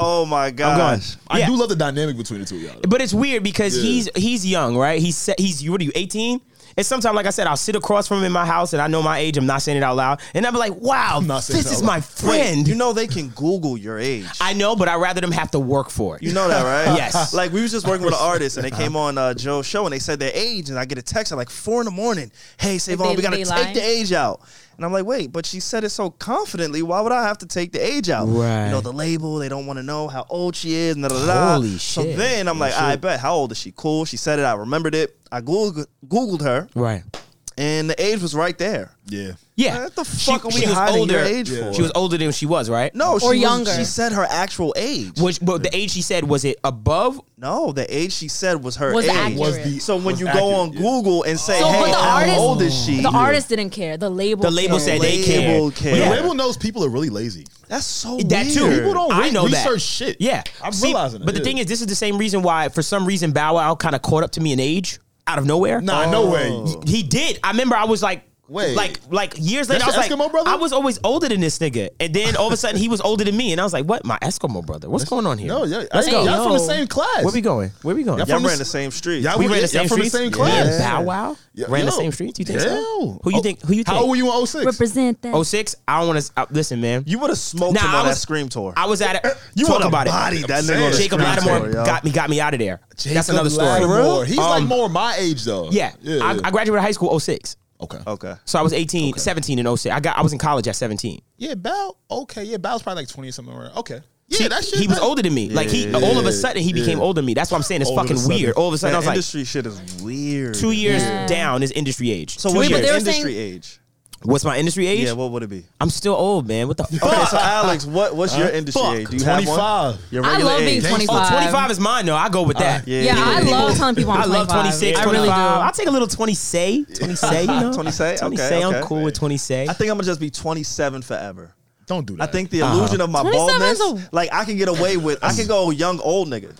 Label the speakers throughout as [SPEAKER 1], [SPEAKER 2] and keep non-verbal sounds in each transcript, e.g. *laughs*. [SPEAKER 1] Oh my gosh.
[SPEAKER 2] I
[SPEAKER 3] Yeah.
[SPEAKER 2] do love the dynamic between the two of y'all. though.
[SPEAKER 3] But it's weird because
[SPEAKER 2] Yeah.
[SPEAKER 3] he's he's young, right? He's se- he's what are you, 18? And sometimes, like I said, I'll sit across from him in my house and I know my age, I'm not saying it out loud. And I'll be like, wow,
[SPEAKER 2] not saying
[SPEAKER 3] this
[SPEAKER 2] it out
[SPEAKER 3] is
[SPEAKER 2] loud.
[SPEAKER 3] my friend.
[SPEAKER 1] You know they can Google your age.
[SPEAKER 3] I know, but I'd rather them have to work for it.
[SPEAKER 1] You know that, right?
[SPEAKER 3] Yes.
[SPEAKER 1] Like we was just working with an artist, and they came on uh, Joe's show, and they said their age, and I get a text at like four in the morning. Hey, Savon,
[SPEAKER 4] they-
[SPEAKER 1] we gotta
[SPEAKER 4] they
[SPEAKER 1] take
[SPEAKER 4] lying?
[SPEAKER 1] the age out. And I'm like, wait, but she said it so confidently. Why would I have to take the age out?
[SPEAKER 3] Right.
[SPEAKER 1] You know the label. They don't want to know how old she is. And da, da, da.
[SPEAKER 3] Holy
[SPEAKER 1] So
[SPEAKER 3] shit.
[SPEAKER 1] then I'm like, I bet. How old is she? Cool. She said it. I remembered it. I Googled, Googled her,
[SPEAKER 3] Right.
[SPEAKER 1] and the age was right there.
[SPEAKER 2] yeah.
[SPEAKER 3] Yeah.
[SPEAKER 1] What the
[SPEAKER 3] She-
[SPEAKER 1] fuck are we
[SPEAKER 3] she was
[SPEAKER 1] hiding your
[SPEAKER 3] older-
[SPEAKER 1] age
[SPEAKER 2] Yeah.
[SPEAKER 1] for?
[SPEAKER 3] She was older than she was, right?
[SPEAKER 1] no, she
[SPEAKER 4] Or
[SPEAKER 1] was-
[SPEAKER 4] younger.
[SPEAKER 1] she said her actual age.
[SPEAKER 3] Which, but the age she said was it above?
[SPEAKER 1] No, the age she said was her
[SPEAKER 4] Was
[SPEAKER 1] age.
[SPEAKER 4] accurate. Was
[SPEAKER 2] the-
[SPEAKER 1] so when
[SPEAKER 2] was
[SPEAKER 1] you
[SPEAKER 2] accurate,
[SPEAKER 1] go on
[SPEAKER 2] yeah.
[SPEAKER 1] Google and say,
[SPEAKER 4] So, but
[SPEAKER 1] "Hey,
[SPEAKER 4] the
[SPEAKER 1] how
[SPEAKER 4] artist-
[SPEAKER 1] old is she?"
[SPEAKER 4] The artist didn't care. The label.
[SPEAKER 3] The label
[SPEAKER 4] cared.
[SPEAKER 3] said they
[SPEAKER 1] Label
[SPEAKER 3] cared.
[SPEAKER 1] cared.
[SPEAKER 2] The
[SPEAKER 3] Yeah.
[SPEAKER 2] label knows people are really lazy.
[SPEAKER 1] That's so
[SPEAKER 3] That
[SPEAKER 1] weird.
[SPEAKER 3] too.
[SPEAKER 2] People don't
[SPEAKER 3] I
[SPEAKER 2] re-
[SPEAKER 3] know that.
[SPEAKER 2] research shit.
[SPEAKER 3] Yeah,
[SPEAKER 2] I'm
[SPEAKER 3] See,
[SPEAKER 2] realizing it,
[SPEAKER 3] But the
[SPEAKER 2] yeah.
[SPEAKER 3] thing is, this is the same reason why, for some reason, Bow Wow kind of caught up to me in age out of nowhere.
[SPEAKER 2] Nah,
[SPEAKER 1] Oh.
[SPEAKER 2] no way.
[SPEAKER 3] He did. I remember I was like,
[SPEAKER 2] Oh. Wait.
[SPEAKER 3] like, like years later,
[SPEAKER 2] That's
[SPEAKER 3] I was
[SPEAKER 2] your
[SPEAKER 3] like,
[SPEAKER 2] Eskimo brother?
[SPEAKER 3] I was always older than this nigga, and then all of a sudden he was older than me, and I was like, what? My Eskimo brother? What's going on here?
[SPEAKER 2] No, yeah.
[SPEAKER 3] let's
[SPEAKER 2] I-
[SPEAKER 3] go.
[SPEAKER 2] Y'all from the
[SPEAKER 4] No.
[SPEAKER 2] same class.
[SPEAKER 3] Where we going? Where we going?
[SPEAKER 2] Y'all
[SPEAKER 1] Y'all
[SPEAKER 2] from
[SPEAKER 1] ran
[SPEAKER 2] the-
[SPEAKER 1] the same street.
[SPEAKER 2] Y'all
[SPEAKER 3] we
[SPEAKER 2] were-
[SPEAKER 3] ran
[SPEAKER 2] yeah,
[SPEAKER 3] the same
[SPEAKER 2] from the
[SPEAKER 3] streets?
[SPEAKER 2] same class.
[SPEAKER 3] Yeah. Bow Wow
[SPEAKER 2] Yeah,
[SPEAKER 3] ran the
[SPEAKER 2] yo.
[SPEAKER 3] same streets. You think so?
[SPEAKER 2] Yo.
[SPEAKER 3] Who you think? Who you think?
[SPEAKER 2] How old were you in 06?
[SPEAKER 4] Represent that.
[SPEAKER 3] 06? I don't want to listen, man.
[SPEAKER 1] You would have smoked
[SPEAKER 3] Nah,
[SPEAKER 1] him
[SPEAKER 3] I
[SPEAKER 1] on
[SPEAKER 3] was-
[SPEAKER 1] that scream tour.
[SPEAKER 3] I was at it.
[SPEAKER 1] You
[SPEAKER 3] talk
[SPEAKER 1] would've
[SPEAKER 3] about
[SPEAKER 1] bodied
[SPEAKER 3] it.
[SPEAKER 1] that
[SPEAKER 2] saying.
[SPEAKER 1] nigga. on the
[SPEAKER 3] Jacob
[SPEAKER 1] scream
[SPEAKER 3] Lattimore
[SPEAKER 1] tour, yo.
[SPEAKER 3] got me got me out of there. That's
[SPEAKER 2] Jacob
[SPEAKER 3] another story.
[SPEAKER 2] Lattimore. He's like
[SPEAKER 3] Um,
[SPEAKER 2] more my age though.
[SPEAKER 3] Yeah,
[SPEAKER 2] Yeah.
[SPEAKER 3] I,
[SPEAKER 2] yeah.
[SPEAKER 3] I graduated high school 06.
[SPEAKER 2] okay.
[SPEAKER 1] Okay.
[SPEAKER 3] So I was 18, 17 in 06. I got I was in college at 17.
[SPEAKER 2] Yeah, Bow. Okay. Yeah, Bow's probably like 20 or something. around- Okay.
[SPEAKER 3] he,
[SPEAKER 2] Yeah, that shit.
[SPEAKER 3] he was
[SPEAKER 2] that-
[SPEAKER 3] older than me. like he, all of a sudden, he became older than me. That's what I'm saying. It's
[SPEAKER 2] All of a
[SPEAKER 3] fucking
[SPEAKER 2] sudden.
[SPEAKER 3] weird. All of
[SPEAKER 1] That
[SPEAKER 3] a sudden, I was like,
[SPEAKER 1] industry shit is weird.
[SPEAKER 3] two years
[SPEAKER 4] Yeah.
[SPEAKER 3] down is industry age.
[SPEAKER 1] So
[SPEAKER 3] Two
[SPEAKER 1] what's
[SPEAKER 4] Wait, but
[SPEAKER 1] your
[SPEAKER 3] years.
[SPEAKER 4] they were
[SPEAKER 1] industry
[SPEAKER 4] saying-
[SPEAKER 1] age?
[SPEAKER 3] what's my industry age?
[SPEAKER 1] Yeah, what would it be?
[SPEAKER 3] I'm still old,
[SPEAKER 1] *laughs*
[SPEAKER 3] man. What the fuck?
[SPEAKER 1] Okay, so Alex, what what's your industry
[SPEAKER 2] fuck.
[SPEAKER 1] age? Do you have one?
[SPEAKER 2] 25.
[SPEAKER 1] Your
[SPEAKER 4] I
[SPEAKER 1] regular
[SPEAKER 4] love being
[SPEAKER 1] age.
[SPEAKER 4] 25.
[SPEAKER 3] Oh, 25 is mine though. I go with that.
[SPEAKER 1] Uh, yeah.
[SPEAKER 4] Yeah, I
[SPEAKER 1] People-
[SPEAKER 4] love telling people I'm
[SPEAKER 3] I
[SPEAKER 4] 25.
[SPEAKER 3] love 26,
[SPEAKER 4] I really
[SPEAKER 3] 25. I'll
[SPEAKER 4] do.
[SPEAKER 3] take a little 20 say. 20 say, you know?
[SPEAKER 1] 20 say?
[SPEAKER 3] 20
[SPEAKER 1] Okay,
[SPEAKER 3] say. I'm
[SPEAKER 1] okay.
[SPEAKER 3] cool with 20 say.
[SPEAKER 1] *laughs* I think I'm gonna just be 27 forever.
[SPEAKER 2] Don't do
[SPEAKER 1] I
[SPEAKER 2] that.
[SPEAKER 1] think the
[SPEAKER 3] Uh-huh.
[SPEAKER 1] illusion of my
[SPEAKER 4] 27 is
[SPEAKER 1] baldness,
[SPEAKER 4] a-
[SPEAKER 1] like I can get away with. I can go young old nigga.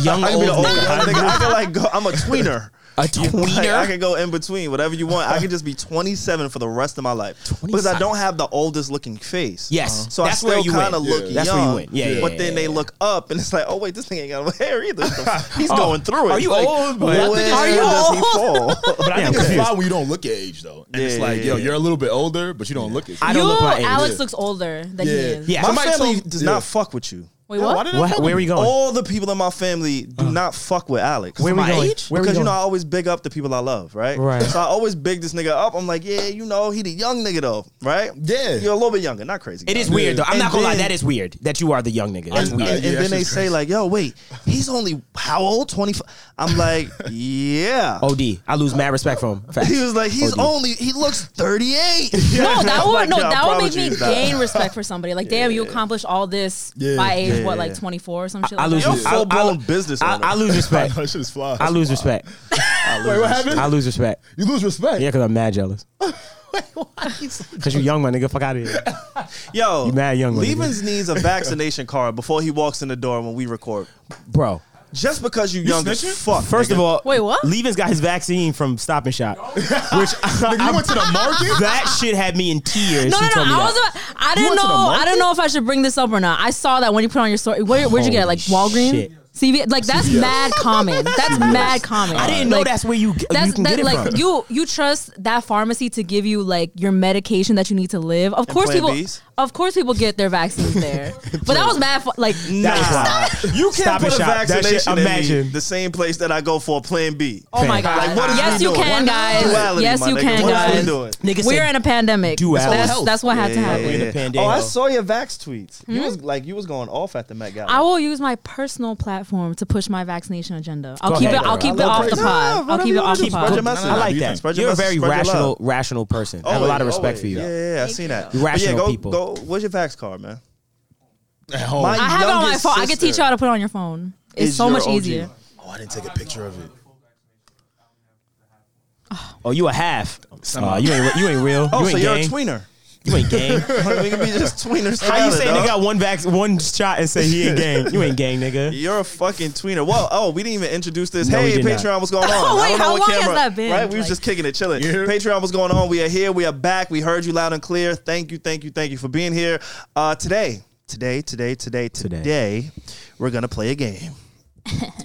[SPEAKER 1] *laughs*
[SPEAKER 3] Young
[SPEAKER 1] I can
[SPEAKER 3] old
[SPEAKER 1] be the old
[SPEAKER 3] nigga.
[SPEAKER 1] guy. nigga. I can like go. I'm a tweener.
[SPEAKER 3] *laughs* A
[SPEAKER 1] Like, I
[SPEAKER 3] tweener?
[SPEAKER 1] can go in between, whatever you want. I can just be 27 for the rest of my life because I
[SPEAKER 3] 27.
[SPEAKER 1] don't have the oldest looking face.
[SPEAKER 3] Yes.
[SPEAKER 1] so
[SPEAKER 3] That's
[SPEAKER 1] I
[SPEAKER 3] where
[SPEAKER 1] still
[SPEAKER 3] you
[SPEAKER 1] kind of
[SPEAKER 3] win.
[SPEAKER 1] look
[SPEAKER 3] Yeah. That's where you
[SPEAKER 1] young.
[SPEAKER 3] win. Yeah, yeah,
[SPEAKER 1] but
[SPEAKER 3] yeah,
[SPEAKER 1] then
[SPEAKER 3] yeah,
[SPEAKER 1] they
[SPEAKER 3] yeah.
[SPEAKER 1] look up and it's like, oh wait, this thing ain't got no hair either.
[SPEAKER 3] *laughs*
[SPEAKER 1] He's going through it.
[SPEAKER 3] Oh. Are you
[SPEAKER 1] Like,
[SPEAKER 3] old? But I
[SPEAKER 1] Where
[SPEAKER 3] think *laughs* it's-
[SPEAKER 4] Are you
[SPEAKER 1] does he
[SPEAKER 4] old?
[SPEAKER 1] fall?
[SPEAKER 2] But I
[SPEAKER 3] Yeah,
[SPEAKER 2] think it's
[SPEAKER 3] confused.
[SPEAKER 2] fly when you don't look at age though, and it's
[SPEAKER 1] Yeah,
[SPEAKER 2] like,
[SPEAKER 1] yeah,
[SPEAKER 2] yo,
[SPEAKER 1] yeah.
[SPEAKER 2] you're a little bit older, but you don't look at.
[SPEAKER 3] I
[SPEAKER 4] You,
[SPEAKER 3] don't look my age.
[SPEAKER 4] Alex looks older than he is.
[SPEAKER 3] Yeah.
[SPEAKER 1] *laughs* my
[SPEAKER 2] Somebody
[SPEAKER 1] family
[SPEAKER 2] told-
[SPEAKER 1] does
[SPEAKER 2] yeah.
[SPEAKER 1] not fuck with you.
[SPEAKER 4] Wait, what?
[SPEAKER 2] did I
[SPEAKER 3] What-
[SPEAKER 2] tell
[SPEAKER 3] where
[SPEAKER 2] you?
[SPEAKER 3] we going? Uh.
[SPEAKER 1] All the people in my family do not fuck with Alex.
[SPEAKER 3] Where we
[SPEAKER 1] My
[SPEAKER 3] going?
[SPEAKER 1] age?
[SPEAKER 3] Where we
[SPEAKER 1] because you know I
[SPEAKER 3] going?
[SPEAKER 1] always big up the people I love, right?
[SPEAKER 3] Right.
[SPEAKER 1] So I always big this nigga up. I'm like, yeah, you know, he the young nigga though, right?
[SPEAKER 2] Yeah.
[SPEAKER 1] You're a little bit younger, not crazy.
[SPEAKER 3] It
[SPEAKER 1] young.
[SPEAKER 3] is weird though. I'm
[SPEAKER 1] And
[SPEAKER 3] not gonna lie,
[SPEAKER 1] then-
[SPEAKER 3] that is weird that you are the young nigga. That's
[SPEAKER 1] And,
[SPEAKER 3] weird.
[SPEAKER 1] and- and
[SPEAKER 2] Yeah,
[SPEAKER 1] then they
[SPEAKER 2] she's
[SPEAKER 1] say like, yo, wait, he's only how old? Twenty five. I'm
[SPEAKER 2] *laughs*
[SPEAKER 1] like, yeah.
[SPEAKER 3] OD, I lose mad respect for him.
[SPEAKER 1] *laughs*
[SPEAKER 3] Facts.
[SPEAKER 1] He was like, he's
[SPEAKER 3] OD.
[SPEAKER 1] only he looks
[SPEAKER 3] *laughs*
[SPEAKER 1] 38.
[SPEAKER 4] No, that
[SPEAKER 1] I'm *laughs*
[SPEAKER 4] would
[SPEAKER 1] like,
[SPEAKER 4] no,
[SPEAKER 1] "Nah,
[SPEAKER 4] that would make me
[SPEAKER 1] apologies, nah."
[SPEAKER 4] gain respect for somebody. Like, damn, you accomplished all this
[SPEAKER 2] Yeah.
[SPEAKER 4] by age
[SPEAKER 1] Yeah,
[SPEAKER 4] what,
[SPEAKER 1] yeah,
[SPEAKER 4] like
[SPEAKER 1] yeah.
[SPEAKER 4] twenty four or some shit.
[SPEAKER 3] I
[SPEAKER 4] like
[SPEAKER 3] lose.
[SPEAKER 4] that?
[SPEAKER 1] You're a
[SPEAKER 3] I- I-
[SPEAKER 1] full-blown business
[SPEAKER 3] I,
[SPEAKER 1] owner.
[SPEAKER 3] I
[SPEAKER 1] *laughs*
[SPEAKER 3] lose respect.
[SPEAKER 2] *laughs* that shit is fly.
[SPEAKER 3] I lose respect.
[SPEAKER 2] Wait, what happened?
[SPEAKER 3] I lose respect.
[SPEAKER 2] you lose respect.
[SPEAKER 3] Yeah, because I'm mad
[SPEAKER 1] *laughs*
[SPEAKER 3] jealous. Because you young, my nigga. Fuck out of here.
[SPEAKER 1] Yo,
[SPEAKER 3] You mad young, my nigga.
[SPEAKER 1] Levens
[SPEAKER 3] *laughs*
[SPEAKER 1] needs a vaccination card before he walks in the door when we record.
[SPEAKER 3] Bro,
[SPEAKER 1] Just because you, young as
[SPEAKER 2] snitching?
[SPEAKER 1] fuck.
[SPEAKER 3] first
[SPEAKER 1] nigga.
[SPEAKER 3] of all,
[SPEAKER 4] Wait, what?
[SPEAKER 3] Levin's got his vaccine from Stop and Shop.
[SPEAKER 1] *laughs*
[SPEAKER 2] which nigga, you went to the market.
[SPEAKER 3] that shit had me in tears.
[SPEAKER 4] No,
[SPEAKER 3] She
[SPEAKER 4] no, no.
[SPEAKER 3] told me
[SPEAKER 4] I
[SPEAKER 3] that.
[SPEAKER 4] was. About, I didn't
[SPEAKER 2] went
[SPEAKER 4] know.
[SPEAKER 2] to the
[SPEAKER 4] I
[SPEAKER 2] market?
[SPEAKER 4] didn't know if I should bring this up or not. I saw that when you put on your story. Where, where'd you get it? Like
[SPEAKER 3] Holy
[SPEAKER 4] Walgreens,
[SPEAKER 3] shit.
[SPEAKER 4] CV. Like that's mad common. That's mad common.
[SPEAKER 3] I didn't know
[SPEAKER 4] Like,
[SPEAKER 3] that's where you, you can
[SPEAKER 4] that,
[SPEAKER 3] get it
[SPEAKER 4] like
[SPEAKER 3] from.
[SPEAKER 4] you you trust that pharmacy to give you like your medication that you need to live. Of course,
[SPEAKER 1] Plan
[SPEAKER 4] people.
[SPEAKER 1] Bs?
[SPEAKER 4] Of course, people get their
[SPEAKER 1] *laughs*
[SPEAKER 4] vaccines there. but that was mad. Fu- like
[SPEAKER 3] That was
[SPEAKER 1] Nah. *laughs*
[SPEAKER 3] wild.
[SPEAKER 1] You can't
[SPEAKER 3] Stop
[SPEAKER 1] put
[SPEAKER 3] and
[SPEAKER 1] a
[SPEAKER 3] Shop. That shit-
[SPEAKER 1] vaccination in me,
[SPEAKER 3] Imagine.
[SPEAKER 1] the same place that I go for a Plan B.
[SPEAKER 4] oh my
[SPEAKER 3] Like,
[SPEAKER 4] god.
[SPEAKER 1] what is
[SPEAKER 4] yes,
[SPEAKER 1] we
[SPEAKER 4] you
[SPEAKER 1] doing?
[SPEAKER 4] can,
[SPEAKER 1] Why not?
[SPEAKER 4] guys.
[SPEAKER 1] Duality,
[SPEAKER 4] yes,
[SPEAKER 1] my
[SPEAKER 4] you
[SPEAKER 1] nigga.
[SPEAKER 4] can,
[SPEAKER 1] What are we
[SPEAKER 4] guys.
[SPEAKER 1] doing?
[SPEAKER 3] Nigga
[SPEAKER 4] We're
[SPEAKER 3] said
[SPEAKER 4] in a pandemic.
[SPEAKER 3] duality.
[SPEAKER 4] That's, that's what had to happen.
[SPEAKER 3] yeah, yeah.
[SPEAKER 1] Oh, I
[SPEAKER 3] Pandango.
[SPEAKER 1] saw your Vax tweets. You was like, you was going off at the Met Gala.
[SPEAKER 4] I will use my personal platform to push my vaccination agenda. I'll
[SPEAKER 3] Go
[SPEAKER 4] keep
[SPEAKER 3] ahead,
[SPEAKER 4] it. I'll
[SPEAKER 3] girl.
[SPEAKER 4] keep
[SPEAKER 3] I
[SPEAKER 4] it
[SPEAKER 3] love
[SPEAKER 4] off the
[SPEAKER 1] crazy.
[SPEAKER 4] pod.
[SPEAKER 1] Nah,
[SPEAKER 4] I'll keep it
[SPEAKER 1] whatever
[SPEAKER 4] off
[SPEAKER 1] you
[SPEAKER 4] the
[SPEAKER 1] do, spread your
[SPEAKER 4] pod.
[SPEAKER 1] message.
[SPEAKER 3] I like
[SPEAKER 2] you
[SPEAKER 3] that.
[SPEAKER 1] spread your
[SPEAKER 3] You're a
[SPEAKER 1] message,
[SPEAKER 3] very
[SPEAKER 1] spread your
[SPEAKER 3] rational,
[SPEAKER 1] love.
[SPEAKER 3] rational person. I have a
[SPEAKER 1] Always,
[SPEAKER 3] lot of respect
[SPEAKER 1] always.
[SPEAKER 3] for you. though.
[SPEAKER 1] Oh, Yeah, yeah, I seen that.
[SPEAKER 3] you.
[SPEAKER 1] But yeah,
[SPEAKER 3] Rational
[SPEAKER 1] go,
[SPEAKER 3] people.
[SPEAKER 1] Go. Where's your Vax card, man?
[SPEAKER 2] At home.
[SPEAKER 1] My-
[SPEAKER 4] I have it on my
[SPEAKER 1] youngest
[SPEAKER 4] phone. I could
[SPEAKER 1] sister
[SPEAKER 4] teach you how to put it on your phone. It's
[SPEAKER 1] is
[SPEAKER 4] so
[SPEAKER 1] your
[SPEAKER 4] much
[SPEAKER 1] OG.
[SPEAKER 4] easier.
[SPEAKER 2] oh, I didn't take a picture of it.
[SPEAKER 3] Oh, you a half. Uh, you ain't you ain't real.
[SPEAKER 1] Oh,
[SPEAKER 3] you ain't
[SPEAKER 1] so you're a
[SPEAKER 3] gang.
[SPEAKER 1] tweener. *laughs*
[SPEAKER 3] you ain't gang.
[SPEAKER 1] we can be just tweeners.
[SPEAKER 3] How you
[SPEAKER 1] together,
[SPEAKER 3] saying
[SPEAKER 1] dog.
[SPEAKER 3] they got one vax one shot and say he ain't gang? You ain't gang, nigga.
[SPEAKER 1] You're a fucking tweener. Whoa, oh, we didn't even introduce this.
[SPEAKER 3] No, we
[SPEAKER 1] hey,
[SPEAKER 3] did not.
[SPEAKER 1] Patreon, what's
[SPEAKER 4] *laughs*
[SPEAKER 1] going on?
[SPEAKER 4] Oh,
[SPEAKER 1] I
[SPEAKER 4] wait,
[SPEAKER 1] don't know
[SPEAKER 4] how
[SPEAKER 1] what
[SPEAKER 4] long has
[SPEAKER 1] camera,
[SPEAKER 4] that been?
[SPEAKER 1] Right, we was
[SPEAKER 4] Like-
[SPEAKER 1] just kicking it, chilling.
[SPEAKER 2] You hear?
[SPEAKER 1] Patreon, what's going on? We are here. We are back. We heard you loud and clear. Thank you, thank you, thank you for being here uh, today. today, today, today,
[SPEAKER 3] Today.
[SPEAKER 1] today, we're gonna play a
[SPEAKER 4] *laughs*
[SPEAKER 1] game.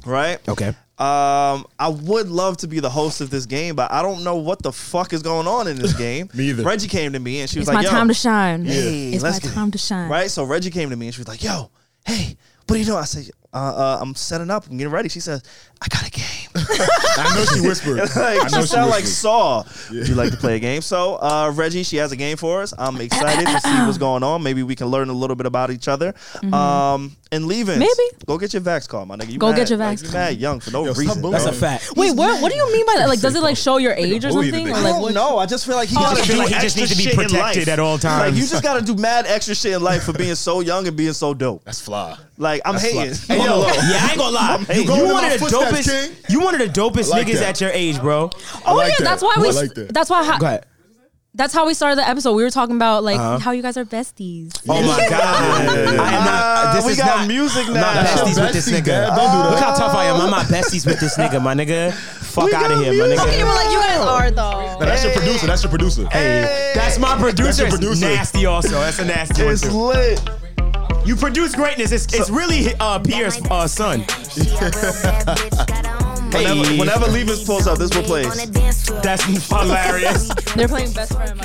[SPEAKER 1] right?
[SPEAKER 3] Okay.
[SPEAKER 1] Um, I would love to be the host of this game, but I don't know what the fuck is going on in
[SPEAKER 3] *laughs*
[SPEAKER 1] this game.
[SPEAKER 2] Me either.
[SPEAKER 1] Reggie came to me and she
[SPEAKER 4] It's
[SPEAKER 1] was like,
[SPEAKER 4] my
[SPEAKER 1] "Yo,
[SPEAKER 4] time to shine.
[SPEAKER 1] Hey,
[SPEAKER 4] it's my
[SPEAKER 1] let's get-
[SPEAKER 4] time to shine.
[SPEAKER 1] Right? So Reggie came to me and she was like, yo, hey, what are you doing? I said, uh, uh, I'm setting up. I'm getting ready. She says, I got a game. *laughs*
[SPEAKER 2] I know she whispered. I
[SPEAKER 1] like,
[SPEAKER 2] know
[SPEAKER 1] she sounded like
[SPEAKER 2] whispered.
[SPEAKER 1] Saw. Would you like to play a game? So uh, Reggie, she has a game for us. I'm excited to see what's going on. Maybe we can learn a little bit about each other. Um, and leaving.
[SPEAKER 4] Mm-hmm. Maybe.
[SPEAKER 1] Go get your vax call, my nigga. You
[SPEAKER 4] Go
[SPEAKER 1] mad,
[SPEAKER 4] get your
[SPEAKER 1] like,
[SPEAKER 4] vax
[SPEAKER 1] you
[SPEAKER 4] call.
[SPEAKER 1] mad young for no
[SPEAKER 2] Yo, stop
[SPEAKER 1] reason.
[SPEAKER 2] bullying
[SPEAKER 3] That's
[SPEAKER 1] dog.
[SPEAKER 3] a fact.
[SPEAKER 4] Wait, what? What do you mean by that? Like, does it like show your age or
[SPEAKER 2] bully the
[SPEAKER 4] something?
[SPEAKER 2] nigga.
[SPEAKER 4] Or
[SPEAKER 1] I
[SPEAKER 4] like,
[SPEAKER 1] don't
[SPEAKER 4] what?
[SPEAKER 1] know. I just feel like he
[SPEAKER 3] just
[SPEAKER 1] gotta
[SPEAKER 3] feel
[SPEAKER 1] do
[SPEAKER 3] like he
[SPEAKER 1] extra
[SPEAKER 3] just needs to be
[SPEAKER 1] shit in
[SPEAKER 3] protected
[SPEAKER 1] life.
[SPEAKER 3] at all
[SPEAKER 1] Like
[SPEAKER 3] times.
[SPEAKER 1] you just gotta do mad extra shit in life for being so young and being so dope.
[SPEAKER 2] That's fly.
[SPEAKER 1] Like I'm
[SPEAKER 2] That's
[SPEAKER 1] hating.
[SPEAKER 2] fly.
[SPEAKER 1] Hey, yo, look.
[SPEAKER 3] Yeah, I ain't gonna lie. You,
[SPEAKER 2] going in
[SPEAKER 3] one
[SPEAKER 2] my
[SPEAKER 3] of the
[SPEAKER 2] footsteps,
[SPEAKER 3] dopest.
[SPEAKER 2] king.
[SPEAKER 3] You one of the dopest
[SPEAKER 2] like
[SPEAKER 3] niggas
[SPEAKER 2] that.
[SPEAKER 3] at your age, bro.
[SPEAKER 4] Oh
[SPEAKER 2] like
[SPEAKER 4] yeah,
[SPEAKER 2] that.
[SPEAKER 4] that's why
[SPEAKER 2] I
[SPEAKER 4] we.
[SPEAKER 2] like that.
[SPEAKER 4] That's why.
[SPEAKER 3] Go ahead.
[SPEAKER 4] That's how we started the episode. We were talking about like how you guys are besties.
[SPEAKER 3] Oh *laughs* my god. I am not.
[SPEAKER 1] Ah,
[SPEAKER 3] This
[SPEAKER 1] we
[SPEAKER 3] is
[SPEAKER 1] got
[SPEAKER 3] not
[SPEAKER 1] music
[SPEAKER 3] I'm not
[SPEAKER 1] now.
[SPEAKER 3] besties with this
[SPEAKER 2] Besties,
[SPEAKER 3] nigga.
[SPEAKER 2] dad. Don't do that.
[SPEAKER 3] Look how tough I am. I'm not besties with this nigga, my nigga. Fuck
[SPEAKER 1] We
[SPEAKER 3] out of
[SPEAKER 1] got
[SPEAKER 3] here,
[SPEAKER 1] music.
[SPEAKER 3] my
[SPEAKER 1] Okay,
[SPEAKER 3] nigga.
[SPEAKER 1] we're
[SPEAKER 4] like you guys are though.
[SPEAKER 2] Now, that's your producer. That's your producer.
[SPEAKER 3] Hey, that's my producer.
[SPEAKER 2] That's your
[SPEAKER 3] It's
[SPEAKER 2] producer.
[SPEAKER 3] nasty, also. That's a nasty one.
[SPEAKER 1] It's
[SPEAKER 3] Too.
[SPEAKER 1] lit.
[SPEAKER 3] You produce greatness. It's, it's really uh, Pierre's uh, son.
[SPEAKER 4] *laughs*
[SPEAKER 3] Hey.
[SPEAKER 1] Whenever, whenever Levis pulls up, this will play.
[SPEAKER 3] That's hilarious.
[SPEAKER 4] They're playing best friend.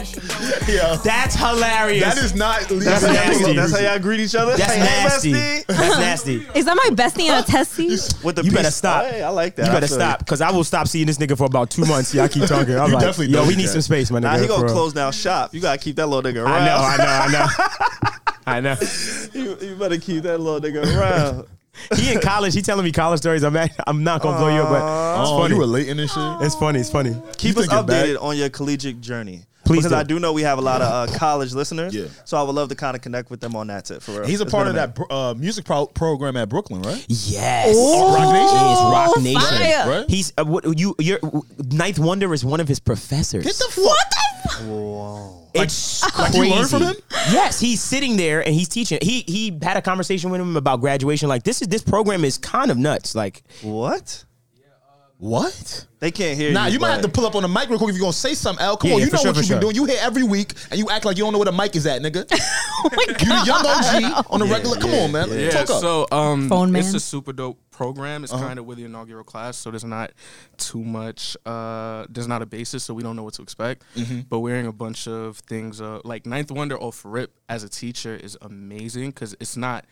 [SPEAKER 2] Yo,
[SPEAKER 3] That's hilarious.
[SPEAKER 2] that is not.
[SPEAKER 1] That's,
[SPEAKER 3] That's
[SPEAKER 1] nasty.
[SPEAKER 3] nasty.
[SPEAKER 1] That's how y'all greet each other.
[SPEAKER 3] That's
[SPEAKER 1] Hey,
[SPEAKER 3] nasty.
[SPEAKER 1] Hey, bestie.
[SPEAKER 2] *laughs*
[SPEAKER 3] That's nasty.
[SPEAKER 4] Is that my bestie and a testie?
[SPEAKER 1] With the
[SPEAKER 3] You better
[SPEAKER 1] peace-
[SPEAKER 3] stop.
[SPEAKER 1] Hey, I like that.
[SPEAKER 3] You
[SPEAKER 1] I
[SPEAKER 3] better
[SPEAKER 1] feel
[SPEAKER 3] stop, because I will stop seeing this nigga for about
[SPEAKER 2] *laughs*
[SPEAKER 3] two months. Y'all keep talking. I'm
[SPEAKER 2] You
[SPEAKER 3] like,
[SPEAKER 2] definitely
[SPEAKER 3] yo,
[SPEAKER 2] don't
[SPEAKER 3] we
[SPEAKER 2] do
[SPEAKER 3] need
[SPEAKER 2] that.
[SPEAKER 3] some space, my nigga.
[SPEAKER 1] Nah, he
[SPEAKER 3] for
[SPEAKER 1] gonna
[SPEAKER 3] real.
[SPEAKER 1] close down shop. You gotta keep that little nigga around. *laughs*
[SPEAKER 3] I know, I know,
[SPEAKER 2] *laughs*
[SPEAKER 3] I know. I know.
[SPEAKER 1] you, you better keep that little nigga
[SPEAKER 3] *laughs*
[SPEAKER 1] around.
[SPEAKER 3] He in college. He telling me college stories. I'm act- I'm not gonna blow you up, but it's
[SPEAKER 2] Oh,
[SPEAKER 3] funny.
[SPEAKER 2] you relating and shit.
[SPEAKER 3] it's funny. It's funny.
[SPEAKER 1] keep
[SPEAKER 2] You
[SPEAKER 1] us
[SPEAKER 2] thinking back?
[SPEAKER 1] updated on your collegiate journey.
[SPEAKER 3] Please
[SPEAKER 1] because
[SPEAKER 3] do.
[SPEAKER 1] I do know we have a lot of uh, college listeners.
[SPEAKER 2] Yeah.
[SPEAKER 1] So I would love to kind of connect with them on that tip for real.
[SPEAKER 2] He's a
[SPEAKER 1] It's
[SPEAKER 2] part
[SPEAKER 1] been
[SPEAKER 2] of that bro- uh, music pro- program at Brooklyn, right?
[SPEAKER 3] Yes.
[SPEAKER 4] Oh,
[SPEAKER 2] Rock Nation?
[SPEAKER 3] He is Rock Nation.
[SPEAKER 4] fire.
[SPEAKER 2] Right?
[SPEAKER 3] He's uh, what you your Ninth Wonder is one of his professors.
[SPEAKER 2] fuck.
[SPEAKER 3] It's
[SPEAKER 2] Like you
[SPEAKER 3] crazy.
[SPEAKER 2] learn from him?
[SPEAKER 3] Yes, he's sitting there and he's teaching. He he had a conversation with him about graduation. Like this is this program is kind of nuts. Like
[SPEAKER 1] What?
[SPEAKER 2] What?
[SPEAKER 1] They can't hear
[SPEAKER 2] Nah,
[SPEAKER 1] you.
[SPEAKER 2] you might have to
[SPEAKER 1] but-
[SPEAKER 2] pull up on the mic real quick if you're gonna say something, Al. Come
[SPEAKER 3] Yeah,
[SPEAKER 2] on,
[SPEAKER 3] yeah,
[SPEAKER 2] you
[SPEAKER 3] for
[SPEAKER 2] know
[SPEAKER 3] sure,
[SPEAKER 2] what
[SPEAKER 3] for
[SPEAKER 2] you've
[SPEAKER 3] sure.
[SPEAKER 2] been doing. You here every week and you act like you don't know where the mic is at, nigga. you the young OG on the regular. Come on, man.
[SPEAKER 5] Yeah,
[SPEAKER 2] Talk up. Uh-huh.
[SPEAKER 5] so um,
[SPEAKER 4] Phone man.
[SPEAKER 5] it's a super dope program. It's kind of with the inaugural class, so there's not too much. Uh, there's not a basis, so we don't know what to expect.
[SPEAKER 2] Mm-hmm.
[SPEAKER 5] But wearing a bunch of things, uh, like Ninth Wonder off Rip as a teacher is amazing because it's not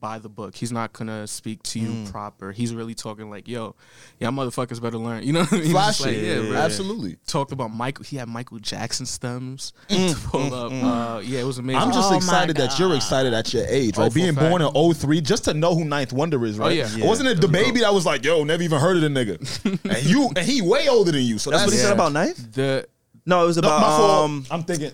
[SPEAKER 5] by the book. He's not gonna speak to you
[SPEAKER 2] Mm.
[SPEAKER 5] proper. He's really talking like, "Yo, y'all motherfuckers better learn." *laughs* You know what I mean? It's
[SPEAKER 2] Flash
[SPEAKER 5] just like,
[SPEAKER 2] it.
[SPEAKER 5] yeah, bro.
[SPEAKER 2] Absolutely.
[SPEAKER 5] Talked about Michael. He had Michael Jackson stems *laughs* to pull up. Uh, yeah, it was amazing.
[SPEAKER 2] Mm, I'm just
[SPEAKER 4] Oh my
[SPEAKER 2] excited that you're excited at your age, right?
[SPEAKER 5] for
[SPEAKER 2] Being
[SPEAKER 5] fact.
[SPEAKER 2] born in 03, just to know who Ninth Wonder is, right?
[SPEAKER 5] yeah. Yeah.
[SPEAKER 2] Wasn't it the baby that was like, yo, never even heard of the nigga? and you and he way older than you. So that's,
[SPEAKER 1] That's what he said
[SPEAKER 2] yeah.
[SPEAKER 1] about knife.
[SPEAKER 5] the
[SPEAKER 1] No, it was
[SPEAKER 2] No,
[SPEAKER 1] about
[SPEAKER 2] my fault.
[SPEAKER 1] um.
[SPEAKER 2] I'm thinking.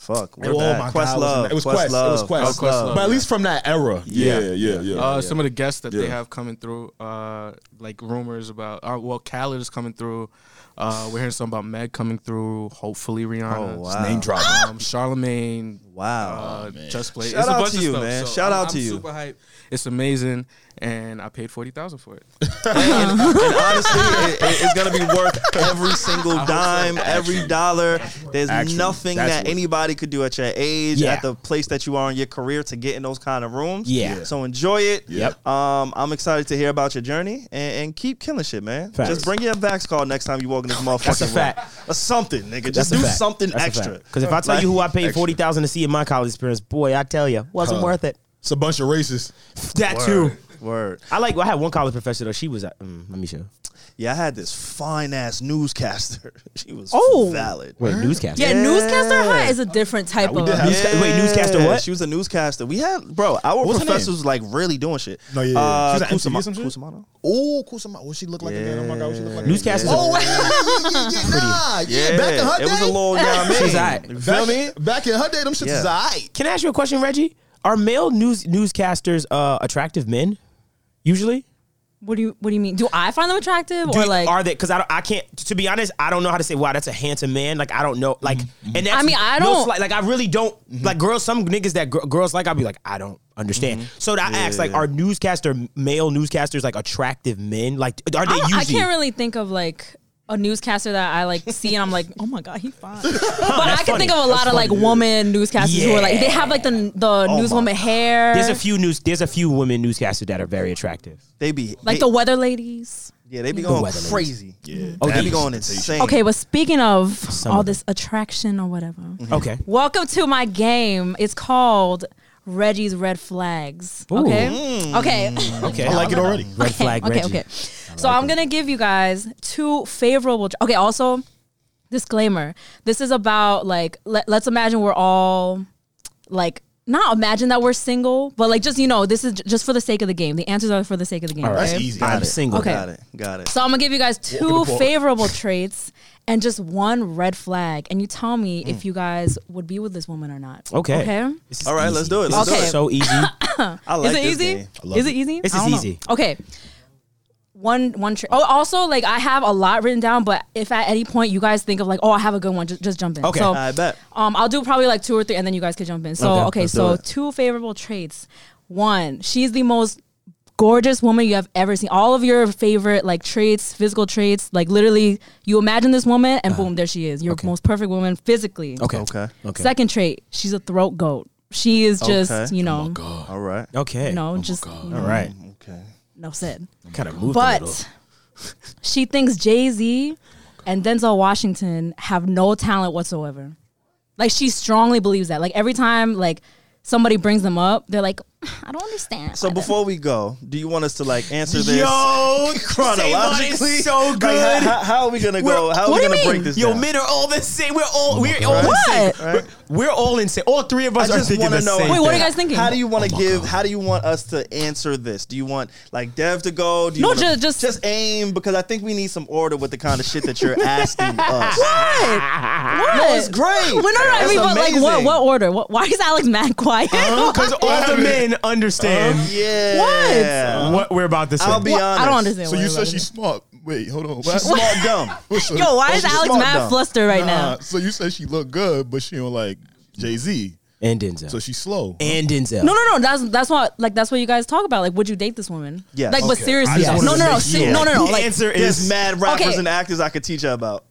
[SPEAKER 1] Fuck. We're
[SPEAKER 2] Oh
[SPEAKER 1] back.
[SPEAKER 2] my
[SPEAKER 1] Quest
[SPEAKER 2] God,
[SPEAKER 1] love.
[SPEAKER 2] It was Quest. It was
[SPEAKER 1] Love.
[SPEAKER 2] Quest.
[SPEAKER 5] Oh, Questlove,
[SPEAKER 2] But at
[SPEAKER 5] yeah.
[SPEAKER 2] least from that era. Yeah, yeah,
[SPEAKER 5] Yeah.
[SPEAKER 2] yeah.
[SPEAKER 5] Uh, Some of the guests that
[SPEAKER 2] Yeah.
[SPEAKER 5] they have coming through, uh, like rumors about, uh, well, Khaled is coming through. Uh, we're hearing something about Meg coming through. Hopefully, Rihanna.
[SPEAKER 1] Oh, wow.
[SPEAKER 2] Name dropping.
[SPEAKER 5] Um, Charlemagne.
[SPEAKER 1] Wow.
[SPEAKER 5] Uh, just play.
[SPEAKER 1] Shout
[SPEAKER 5] it's a
[SPEAKER 1] out
[SPEAKER 5] bunch
[SPEAKER 1] to
[SPEAKER 5] of
[SPEAKER 1] you,
[SPEAKER 5] stuff,
[SPEAKER 1] man.
[SPEAKER 5] so
[SPEAKER 1] Shout
[SPEAKER 5] I'm-
[SPEAKER 1] out to
[SPEAKER 5] I'm
[SPEAKER 1] you.
[SPEAKER 5] Super hype. It's amazing, and I paid forty thousand for it.
[SPEAKER 1] and,
[SPEAKER 3] Uh,
[SPEAKER 1] and honestly,
[SPEAKER 3] *laughs*
[SPEAKER 1] it, it- it's gonna be worth every single dime, every dollar. There's
[SPEAKER 2] Actually,
[SPEAKER 1] nothing
[SPEAKER 2] that's
[SPEAKER 1] that
[SPEAKER 2] what-
[SPEAKER 1] anybody could do at your age,
[SPEAKER 3] Yeah.
[SPEAKER 1] at the place that you are in your career, to get in those kind of rooms.
[SPEAKER 3] Yeah. Yeah.
[SPEAKER 1] So enjoy it.
[SPEAKER 3] Yep.
[SPEAKER 1] Um, I'm excited to hear about your journey and, and keep killing shit, man.
[SPEAKER 3] Facts. Oh
[SPEAKER 1] Just bring your vax call next time you walk in this motherfucker.
[SPEAKER 3] That's a fact.
[SPEAKER 1] Or something, nigga.
[SPEAKER 3] that's
[SPEAKER 1] Just do
[SPEAKER 3] a fact.
[SPEAKER 1] something
[SPEAKER 3] That's
[SPEAKER 1] extra.
[SPEAKER 3] Because if I tell you who I paid
[SPEAKER 2] Extra.
[SPEAKER 3] forty thousand to see in my college experience, boy, I tell you, wasn't
[SPEAKER 2] Huh.
[SPEAKER 3] worth
[SPEAKER 2] *laughs*
[SPEAKER 3] it.
[SPEAKER 2] It's a bunch of racists.
[SPEAKER 3] That
[SPEAKER 1] Word. Word.
[SPEAKER 3] I like. I had one college professor though. She was. uh, Mm, let me show.
[SPEAKER 1] Yeah, I had this fine ass newscaster. *laughs* She was
[SPEAKER 4] Oh.
[SPEAKER 1] valid.
[SPEAKER 3] Wait, newscaster.
[SPEAKER 4] Yeah,
[SPEAKER 1] Yeah.
[SPEAKER 4] newscaster high is a different type
[SPEAKER 2] we
[SPEAKER 4] of.
[SPEAKER 2] did have-
[SPEAKER 3] Newsca- wait, newscaster what?
[SPEAKER 1] She was a newscaster. We had bro, our
[SPEAKER 2] What's her
[SPEAKER 1] professors
[SPEAKER 2] name?
[SPEAKER 1] was like really doing shit.
[SPEAKER 2] No, yeah, yeah, yeah.
[SPEAKER 1] Uh,
[SPEAKER 2] She was at MTV or
[SPEAKER 1] Kusama-
[SPEAKER 2] some shit?
[SPEAKER 1] Kusamano.
[SPEAKER 2] Oh, cool. Somebody, what she look like again? Oh my God, what she look like?
[SPEAKER 3] Newscasters
[SPEAKER 2] again?
[SPEAKER 3] are-
[SPEAKER 2] Oh, yeah, yeah, yeah, yeah, nah, yeah, Back in her day,
[SPEAKER 1] it was a little. You know what I mean?
[SPEAKER 3] *laughs* She's alright.
[SPEAKER 1] You
[SPEAKER 2] back,
[SPEAKER 1] feel me?
[SPEAKER 2] Back in her day, them shits
[SPEAKER 1] Yeah.
[SPEAKER 2] is alright.
[SPEAKER 3] Can I ask you a question, Reggie? Are male news newscasters uh, attractive men? Usually,
[SPEAKER 4] What do you What do you mean? Do I find them attractive
[SPEAKER 3] Do
[SPEAKER 4] or
[SPEAKER 3] you-
[SPEAKER 4] like?
[SPEAKER 3] are they? Because I, don't- I can't. To be honest, I don't know how to say. Wow, that's a handsome man. Like I don't know. Like
[SPEAKER 1] Mm-hmm.
[SPEAKER 3] and that's,
[SPEAKER 4] I mean, I
[SPEAKER 3] no
[SPEAKER 4] don't-
[SPEAKER 3] slight- like I really don't. Like girls, some niggas that gr- girls like, I'll be like, I don't understand.
[SPEAKER 1] Mm-hmm.
[SPEAKER 3] So I ask, like, are newscaster male newscasters like attractive men? Like, are they
[SPEAKER 4] I, don't-
[SPEAKER 3] usually?
[SPEAKER 4] I can't really think of like a newscaster that I like see and I'm like, oh my god, he fine. but I can think of a lot of like woman newscasters who are like they have like the the newswoman hair,
[SPEAKER 3] There's a few news. There's a few women newscasters that are very attractive.
[SPEAKER 1] They be
[SPEAKER 4] like
[SPEAKER 1] they-
[SPEAKER 4] the weather ladies.
[SPEAKER 1] yeah, they be going
[SPEAKER 3] weather ladies.
[SPEAKER 1] crazy. Yeah,
[SPEAKER 3] Oh,
[SPEAKER 1] they
[SPEAKER 3] yeah.
[SPEAKER 1] be going insane.
[SPEAKER 4] Okay, but speaking of
[SPEAKER 3] Some
[SPEAKER 4] all
[SPEAKER 3] of them. Mm.
[SPEAKER 4] this attraction or whatever,
[SPEAKER 1] Mm-hmm.
[SPEAKER 3] Okay.
[SPEAKER 4] welcome to my game. It's called Reggie's Red Flags. Okay, okay.
[SPEAKER 3] Mm. *laughs*
[SPEAKER 4] *laughs*
[SPEAKER 3] Okay.
[SPEAKER 2] I like it already.
[SPEAKER 3] Red flag.
[SPEAKER 4] okay,
[SPEAKER 3] Reggie.
[SPEAKER 4] okay. So I'm gonna give you guys two favorable. Okay, also disclaimer: this is about like let, let's imagine we're all like not imagine that we're single, but like just you know this is j- just for the sake of the game. The answers are for the sake of the game.
[SPEAKER 3] All right.
[SPEAKER 4] okay?
[SPEAKER 2] That's easy.
[SPEAKER 3] I'm
[SPEAKER 1] it.
[SPEAKER 3] single.
[SPEAKER 4] Okay.
[SPEAKER 1] got it, got it.
[SPEAKER 4] So I'm gonna give you guys two
[SPEAKER 2] the ball.
[SPEAKER 4] favorable traits and just one red flag, and you tell me if you guys would be with this woman or not.
[SPEAKER 3] Okay.
[SPEAKER 4] Okay.
[SPEAKER 3] This is
[SPEAKER 1] All right, let's do it,
[SPEAKER 3] This
[SPEAKER 1] let's
[SPEAKER 3] is
[SPEAKER 4] do it.
[SPEAKER 3] So easy.
[SPEAKER 1] I like
[SPEAKER 4] is it
[SPEAKER 1] this
[SPEAKER 4] easy?
[SPEAKER 1] game.
[SPEAKER 2] love
[SPEAKER 4] Is it,
[SPEAKER 2] it.
[SPEAKER 4] easy?
[SPEAKER 3] This
[SPEAKER 4] I
[SPEAKER 3] is
[SPEAKER 4] don't know.
[SPEAKER 3] easy.
[SPEAKER 4] Okay. One one trick. Oh, also like I have a lot written down, but if at any point you guys think of like, oh, I have a good one, just, just jump in.
[SPEAKER 3] Okay.
[SPEAKER 4] So,
[SPEAKER 1] I bet.
[SPEAKER 4] um, I'll do probably like two or three, and then you guys could jump in. So
[SPEAKER 3] Okay,
[SPEAKER 4] okay,
[SPEAKER 1] let's do
[SPEAKER 4] so
[SPEAKER 1] it.
[SPEAKER 4] two favorable traits. One, she's the most gorgeous woman you have ever seen. All of your favorite like traits, physical traits, like literally, you imagine this woman, and boom, there she is, your most perfect woman physically.
[SPEAKER 3] Uh-huh. Okay.
[SPEAKER 1] Okay,
[SPEAKER 3] Okay.
[SPEAKER 4] Second trait, she's a throat goat. She is just
[SPEAKER 1] Okay.
[SPEAKER 4] you know.
[SPEAKER 1] all right,
[SPEAKER 3] Okay.
[SPEAKER 4] you know,
[SPEAKER 3] Oh my
[SPEAKER 4] just
[SPEAKER 3] God.
[SPEAKER 4] you know,
[SPEAKER 3] All right.
[SPEAKER 1] okay.
[SPEAKER 4] no said.
[SPEAKER 3] Kind of moved. a little.
[SPEAKER 4] But *laughs* she thinks Jay Z and Denzel Washington have no talent whatsoever. Like she strongly believes that. Like every time like somebody brings them up, they're like, I don't understand.
[SPEAKER 1] So before we go, do you want us to like answer this
[SPEAKER 3] Yo,
[SPEAKER 1] chronologically?
[SPEAKER 3] Saquon is so
[SPEAKER 1] Like,
[SPEAKER 3] good.
[SPEAKER 1] how, how are we gonna go? How are we
[SPEAKER 4] what do you
[SPEAKER 1] gonna break
[SPEAKER 4] mean?
[SPEAKER 1] this
[SPEAKER 3] Yo,
[SPEAKER 1] down?
[SPEAKER 3] men are all the same. We're all we're all the
[SPEAKER 1] Right.
[SPEAKER 3] same.
[SPEAKER 4] What?
[SPEAKER 3] We're, we're all in sa- All three of us
[SPEAKER 1] I
[SPEAKER 3] are
[SPEAKER 1] just
[SPEAKER 3] thinking
[SPEAKER 1] wanna
[SPEAKER 3] the
[SPEAKER 1] know-
[SPEAKER 3] same.
[SPEAKER 4] Wait, what are you
[SPEAKER 3] thing. Oh
[SPEAKER 4] guys thinking?
[SPEAKER 1] How do you want to give? How do you want us to answer this? Do you want like Dev to go? Do you
[SPEAKER 4] No,
[SPEAKER 1] wanna-
[SPEAKER 4] ju- just-
[SPEAKER 1] just aim because I think we need some order with the kind of shit that you're
[SPEAKER 4] *laughs*
[SPEAKER 1] asking us.
[SPEAKER 4] what?
[SPEAKER 1] No, it's great.
[SPEAKER 4] Well, no, no, I
[SPEAKER 1] That's
[SPEAKER 4] mean, but like, what,
[SPEAKER 1] amazing. Uh-huh,
[SPEAKER 4] what order? What, why is Alex mad *laughs* quiet?
[SPEAKER 3] Because all the men understand
[SPEAKER 1] Yeah.
[SPEAKER 3] what we're about to say.
[SPEAKER 1] Uh-huh. I'll be
[SPEAKER 4] What?
[SPEAKER 1] honest.
[SPEAKER 4] I don't understand.
[SPEAKER 2] So
[SPEAKER 4] what
[SPEAKER 2] you
[SPEAKER 4] it
[SPEAKER 2] said
[SPEAKER 4] is.
[SPEAKER 2] she's smart. Wait, hold on.
[SPEAKER 1] She's *laughs* smart
[SPEAKER 4] *laughs*
[SPEAKER 1] dumb.
[SPEAKER 4] Yo, why is Alex
[SPEAKER 1] Oh, smart
[SPEAKER 4] mad
[SPEAKER 1] dumb.
[SPEAKER 4] flustered right
[SPEAKER 2] Nah,
[SPEAKER 4] now?
[SPEAKER 2] so you said she looked good, but she don't like Jay Z.
[SPEAKER 3] and Denzel.
[SPEAKER 2] So she's slow.
[SPEAKER 3] and Denzel.
[SPEAKER 4] No, no, no. That's that's what like that's what you guys talk about. Like, would you date this woman?
[SPEAKER 1] Yes.
[SPEAKER 4] Like, but
[SPEAKER 1] Okay.
[SPEAKER 2] I
[SPEAKER 4] seriously,
[SPEAKER 2] just
[SPEAKER 4] no,
[SPEAKER 2] wanted
[SPEAKER 4] no,
[SPEAKER 2] to
[SPEAKER 4] no,
[SPEAKER 2] make
[SPEAKER 4] she,
[SPEAKER 2] sure.
[SPEAKER 4] no, no, no.
[SPEAKER 3] The
[SPEAKER 4] Like,
[SPEAKER 3] answer
[SPEAKER 1] There's
[SPEAKER 3] is
[SPEAKER 1] mad rappers
[SPEAKER 4] Okay.
[SPEAKER 1] and actors I could teach her about.